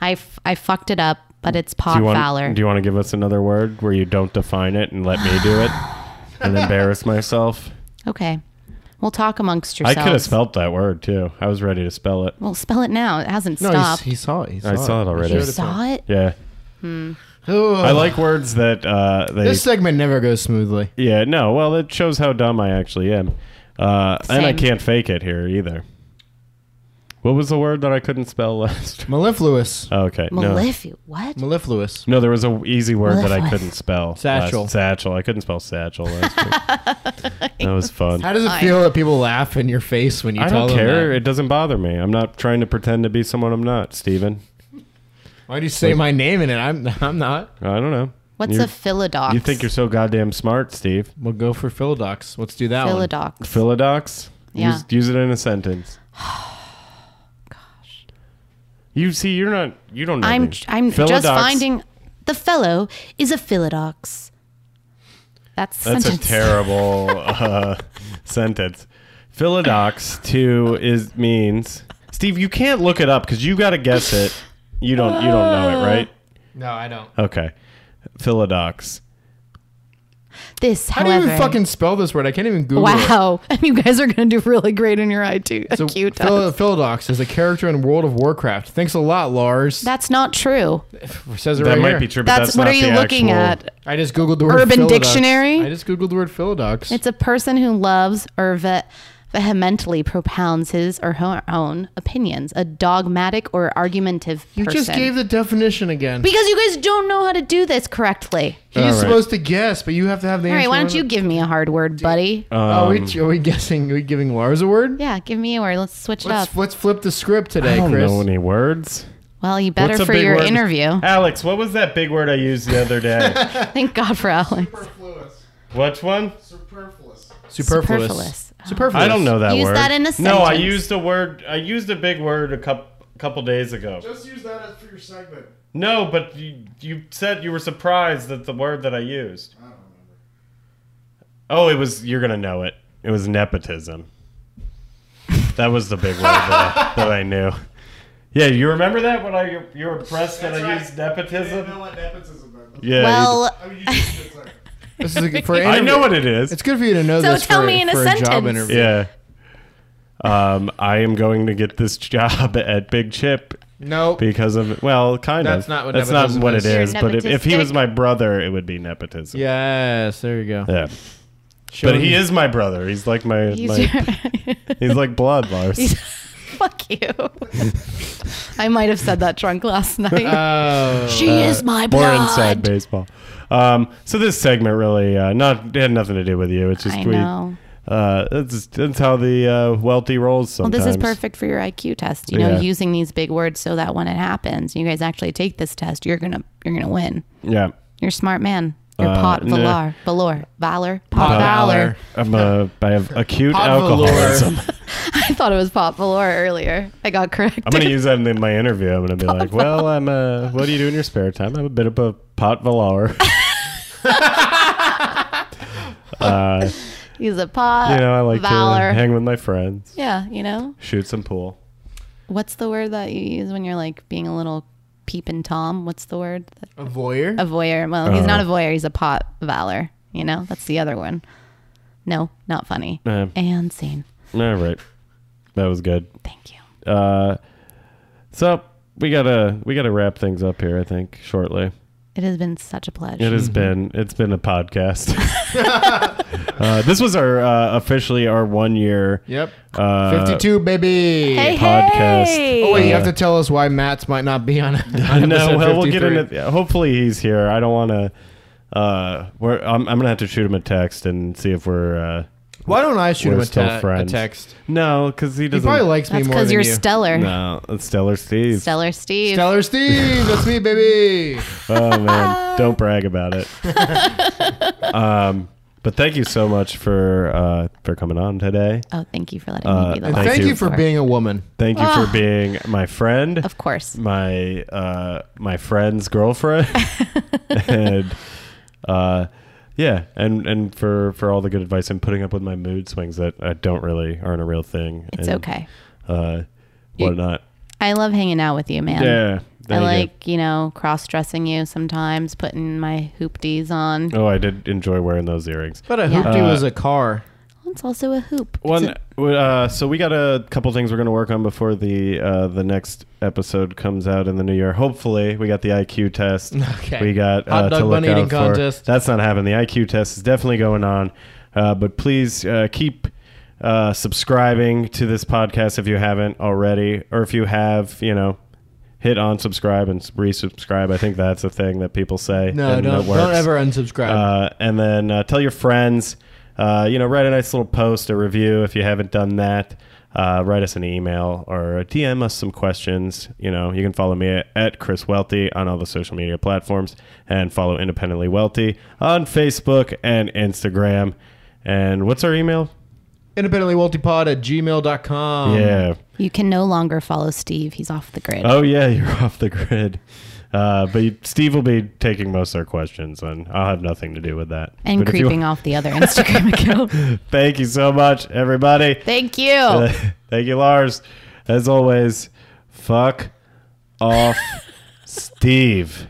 Speaker 3: I, f- I fucked it up, but it's pot
Speaker 1: do you want,
Speaker 3: valor.
Speaker 1: Do you want to give us another word where you don't define it and let me do it
Speaker 3: (laughs)
Speaker 1: and embarrass myself?
Speaker 3: okay. We'll talk amongst
Speaker 1: I
Speaker 3: yourselves.
Speaker 1: could have spelled that word too. I was ready to spell it.
Speaker 3: Well, spell it now. It hasn't
Speaker 2: No, he's-
Speaker 3: stopped.
Speaker 2: he saw it. He saw
Speaker 1: I saw it
Speaker 2: He
Speaker 1: already.
Speaker 2: showed
Speaker 1: You
Speaker 2: to
Speaker 3: Saw
Speaker 2: me.
Speaker 3: it?
Speaker 1: Yeah. I like words that uh, they.
Speaker 2: This segment never goes smoothly.
Speaker 1: yeah, no. Well, it shows how dumb I actually am, uh, and I
Speaker 3: Same.
Speaker 1: can't fake it here either. What was the word that I couldn't spell (laughs) last?
Speaker 2: Mellifluous.
Speaker 1: Oh, okay, no,
Speaker 3: Malefic. What?
Speaker 2: Mellifluous.
Speaker 1: no. There was a easy word that I
Speaker 3: Mellifluous.
Speaker 1: couldn't spell.
Speaker 2: Satchel.
Speaker 1: last- satchel. I couldn't spell satchel.
Speaker 3: (laughs)
Speaker 1: Last week. that was fun.
Speaker 2: How does it
Speaker 3: I-
Speaker 2: feel that people laugh in your face when you
Speaker 1: I
Speaker 2: tell
Speaker 1: don't
Speaker 2: them
Speaker 1: care.
Speaker 2: that?
Speaker 1: It doesn't bother me. I'm not trying to pretend to be someone I'm not, Steven.
Speaker 2: Why do you say my name in it? I'm (laughs) I'm not.
Speaker 1: I don't know.
Speaker 3: What's
Speaker 1: You're-
Speaker 3: a philodox?
Speaker 1: You think you're so goddamn smart, Steve?
Speaker 2: We'll go for Philodox. Let's do that one.
Speaker 3: philodox?
Speaker 1: Philodox?
Speaker 3: Yeah.
Speaker 1: Use, use it in a
Speaker 3: (sighs)
Speaker 1: sentence. Gosh. You see, you're not. You don't know.
Speaker 3: I'm
Speaker 1: these.
Speaker 3: I'm
Speaker 1: Philodox-
Speaker 3: just finding the fellow is a philodox. That's,
Speaker 1: That's
Speaker 3: sentence.
Speaker 1: a
Speaker 3: (laughs)
Speaker 1: terrible uh, sentence. Philodox too is means Steve. You can't look it up because you got to guess it. You don't. You don't know
Speaker 3: Uh.
Speaker 1: it, right?
Speaker 2: No, I don't.
Speaker 1: Okay. Philodox.
Speaker 3: This,
Speaker 2: How
Speaker 3: however,
Speaker 2: do you even fucking spell this word? I can't even Google it.
Speaker 3: wow, (laughs) you guys are gonna do really great in your IQ. (laughs)
Speaker 2: So
Speaker 3: IQ test.
Speaker 2: Phil- Philodox is a character in World of Warcraft. Thanks a lot, Lars.
Speaker 3: that's not true.
Speaker 2: says it
Speaker 1: That
Speaker 2: right
Speaker 1: might
Speaker 2: here.
Speaker 1: be true, but
Speaker 3: That's,
Speaker 1: that's,
Speaker 3: what
Speaker 1: not
Speaker 3: are you
Speaker 1: the
Speaker 3: looking
Speaker 1: actual-
Speaker 3: at?
Speaker 2: I just googled the word
Speaker 3: Urban
Speaker 2: Philodox.
Speaker 3: Dictionary?
Speaker 2: I just googled the word Philodox.
Speaker 3: It's a person who loves or ve- vehemently propounds his or her own opinions. A dogmatic or argumentative
Speaker 2: you
Speaker 3: person.
Speaker 2: just gave the definition again.
Speaker 3: because you guys don't know how to do this correctly.
Speaker 2: He's
Speaker 1: All right.
Speaker 2: supposed to guess, but you have to have the
Speaker 3: All
Speaker 2: answer.
Speaker 3: right, why don't
Speaker 2: on
Speaker 3: you
Speaker 2: it.
Speaker 3: give me a hard word, buddy?
Speaker 1: um,
Speaker 2: Oh, are, we, are we guessing? Are we giving Lars a word?
Speaker 3: yeah, give me a word. Let's switch it up.
Speaker 2: Let's, let's flip the script today,
Speaker 1: I don't
Speaker 2: Chris.
Speaker 1: know any words.
Speaker 3: Well, you better
Speaker 1: What's a
Speaker 3: for
Speaker 1: big
Speaker 3: your
Speaker 1: word? (laughs)
Speaker 3: interview.
Speaker 1: Alex, what was that big word I used the other
Speaker 3: (laughs)
Speaker 1: day?
Speaker 3: Thank God for Alex.
Speaker 4: Superfluous.
Speaker 1: Which one?
Speaker 4: Superfluous.
Speaker 2: Superfluous.
Speaker 3: Superfluous. Oh.
Speaker 2: Superfluous.
Speaker 1: I don't know that
Speaker 3: Use
Speaker 1: word.
Speaker 3: that in a
Speaker 1: No, I
Speaker 3: sentence.
Speaker 1: used a word. I used a big word a couple couple days ago.
Speaker 4: Just use that as for your segment.
Speaker 1: No, but you, you said you were surprised that the word that I used.
Speaker 4: I don't remember.
Speaker 1: Oh, it was. You're gonna know it. It was nepotism. That was the big word that, I, that I knew. Yeah, you remember that when I you were impressed that
Speaker 4: That's
Speaker 1: I
Speaker 4: right.
Speaker 1: used
Speaker 4: I didn't know
Speaker 1: nepotism.
Speaker 4: what nepotism meant.
Speaker 1: Yeah. you
Speaker 3: Well,
Speaker 4: I mean,
Speaker 3: (laughs)
Speaker 4: you just it's like,
Speaker 2: This is a, for
Speaker 1: did. I know
Speaker 2: interview-
Speaker 1: what it is.
Speaker 2: It's good for you to know
Speaker 3: So
Speaker 2: this
Speaker 3: tell
Speaker 2: for,
Speaker 3: me in a
Speaker 2: for job
Speaker 3: sentence.
Speaker 2: interview.
Speaker 1: Yeah. Um, I am going to get this job (laughs) at Big Chip
Speaker 2: Nope.
Speaker 1: because of well, kind
Speaker 2: That's
Speaker 1: of.
Speaker 2: not what
Speaker 1: That's
Speaker 2: nepotism
Speaker 1: not what
Speaker 2: is.
Speaker 1: it
Speaker 3: You're
Speaker 1: is. But if, if he was
Speaker 3: nepotistic.
Speaker 1: my brother, it would be nepotism.
Speaker 2: Yes, there you go.
Speaker 1: Yeah.
Speaker 2: Showing-
Speaker 1: But he is my brother. He's like my.
Speaker 3: (laughs) he's
Speaker 1: my
Speaker 3: your- (laughs)
Speaker 1: he's like blood, Lars.
Speaker 3: He's- (laughs) Fuck you. I might have said that drunk last night.
Speaker 1: Uh,
Speaker 2: Oh.
Speaker 3: she is my
Speaker 1: More
Speaker 3: blood.
Speaker 1: inside baseball. Um, so this segment really uh, not it had nothing to do with you. It's just
Speaker 3: I
Speaker 1: we.
Speaker 3: know.
Speaker 1: Uh, that's that's how the uh, wealthy rolls
Speaker 3: Well,
Speaker 1: sometimes.
Speaker 3: this is perfect for your IQ test. You know,
Speaker 1: Yeah.
Speaker 3: using these big words so that when it happens, you guys actually take this test, you're gonna you're gonna win.
Speaker 1: Yeah,
Speaker 3: You're a smart man. You're
Speaker 1: Uh,
Speaker 3: pot
Speaker 1: nah.
Speaker 3: valor, valor, valor, pot,
Speaker 2: Pot
Speaker 3: valor.
Speaker 2: valor.
Speaker 3: (laughs)
Speaker 1: I'm a, I have acute
Speaker 2: Pot velour.
Speaker 1: alcoholism.
Speaker 3: I thought it was pot valor earlier. I got corrected.
Speaker 1: I'm
Speaker 3: (laughs)
Speaker 1: gonna use that in my interview. I'm gonna be like, "Well, I'm a. What do you do in your spare time? I'm a bit of a pot velour. uh,
Speaker 3: He's a pot.
Speaker 1: you know, I like
Speaker 3: valor.
Speaker 1: to hang with my friends,
Speaker 3: yeah, you know.
Speaker 1: shoot some pool.
Speaker 3: What's the word that you use when you're like being a little peeping tom? What's the word?
Speaker 2: A voyeur?
Speaker 3: A voyeur. Well, he's not
Speaker 1: Oh.
Speaker 3: a voyeur. He's a pot valor. You know, that's the other one. No, not funny.
Speaker 1: Uh,
Speaker 3: And scene.
Speaker 1: all right, that was good.
Speaker 3: Thank you.
Speaker 1: Uh, so we gotta we gotta wrap things up here. I think shortly.
Speaker 3: It has been such a pleasure.
Speaker 1: It has been it's been a podcast. (laughs) uh, this was our uh, officially our one year.
Speaker 2: Yep.
Speaker 1: Uh,
Speaker 2: 52, baby.
Speaker 3: Hey,
Speaker 1: podcast.
Speaker 3: hey.
Speaker 2: Oh, wait, you
Speaker 1: Uh,
Speaker 2: have to tell us why Matt's might not be on (laughs) it.
Speaker 1: I know. Well, we'll get into. Hopefully, he's here. I don't want to. Uh, we're. I'm, I'm gonna have to shoot him a text and see if we're. Uh,
Speaker 2: Why don't I shoot
Speaker 1: We're
Speaker 2: him a,
Speaker 1: still
Speaker 2: te- a
Speaker 1: friends.
Speaker 2: text?
Speaker 1: no, because he
Speaker 2: He
Speaker 1: doesn't.
Speaker 2: probably likes me
Speaker 3: That's
Speaker 2: more
Speaker 3: because
Speaker 2: than
Speaker 3: you're
Speaker 2: you.
Speaker 3: stellar.
Speaker 1: no, it's Stellar Steve.
Speaker 3: Stellar Steve.
Speaker 2: Stellar Steve, that's me, baby.
Speaker 1: Oh man, don't brag about it. um, But thank you so much for uh, for coming on today.
Speaker 3: Oh, thank you for letting
Speaker 1: Uh,
Speaker 3: me be the
Speaker 2: And
Speaker 1: Thank
Speaker 2: thank,
Speaker 1: you.
Speaker 2: you for being a woman.
Speaker 1: Thank you
Speaker 3: Ah.
Speaker 1: for being my friend,
Speaker 3: Of course.
Speaker 1: my uh, my friend's
Speaker 3: (laughs)
Speaker 1: girlfriend, and uh, yeah, and and for for all the good advice and putting up with my mood swings that I don't really aren't a real thing.
Speaker 3: It's
Speaker 1: and,
Speaker 3: okay.
Speaker 1: Uh,
Speaker 2: You-
Speaker 1: whatnot.
Speaker 3: I love hanging out with you, man.
Speaker 1: yeah. there you
Speaker 3: I
Speaker 1: go.
Speaker 3: like, you know, cross dressing you sometimes, putting my hoopties on.
Speaker 1: Oh, I did enjoy wearing those earrings.
Speaker 2: But a
Speaker 3: Yeah.
Speaker 2: hoopty
Speaker 1: Uh,
Speaker 2: was a car.
Speaker 3: It's also a hoop. It's
Speaker 1: One,
Speaker 3: a-
Speaker 1: uh, so we got a couple things we're going to work on before the uh, the next episode comes out in the new year. Hopefully, we got the IQ test.
Speaker 2: (laughs) Okay.
Speaker 1: We got
Speaker 2: Hot
Speaker 1: uh,
Speaker 2: dog
Speaker 1: to look
Speaker 2: bun
Speaker 1: out
Speaker 2: eating
Speaker 1: for.
Speaker 2: contest.
Speaker 1: That's not happening. The IQ test is definitely going on, uh, but please uh, keep uh, subscribing to this podcast if you haven't already, or if you have, you know. Hit on subscribe and resubscribe. I think that's a thing that people say.
Speaker 2: No,
Speaker 1: and
Speaker 2: don't,
Speaker 1: that works.
Speaker 2: don't ever unsubscribe.
Speaker 1: Uh, and then uh, tell your friends. Uh, you know, write a nice little post, a review if you haven't done that. Uh, write us an email or DM us some questions. You know, you can follow me at, at Chris Welty on all the social media platforms and follow Independently Welty on Facebook and Instagram. And what's our email?
Speaker 2: Independently WaltyPod at
Speaker 3: Um,
Speaker 2: gmail.com.
Speaker 1: yeah.
Speaker 3: you can no longer follow Steve. He's off the grid.
Speaker 1: Oh, yeah, (laughs) you're off the grid. Uh, but you, Steve will be taking most of our questions, and I'll have nothing to do with that.
Speaker 3: and
Speaker 1: But if you-
Speaker 3: creeping off the other Instagram (laughs) account.
Speaker 1: (laughs) Thank you so much, everybody.
Speaker 3: Thank you.
Speaker 1: Uh, (laughs) thank you, Lars. As always, fuck off, Steve.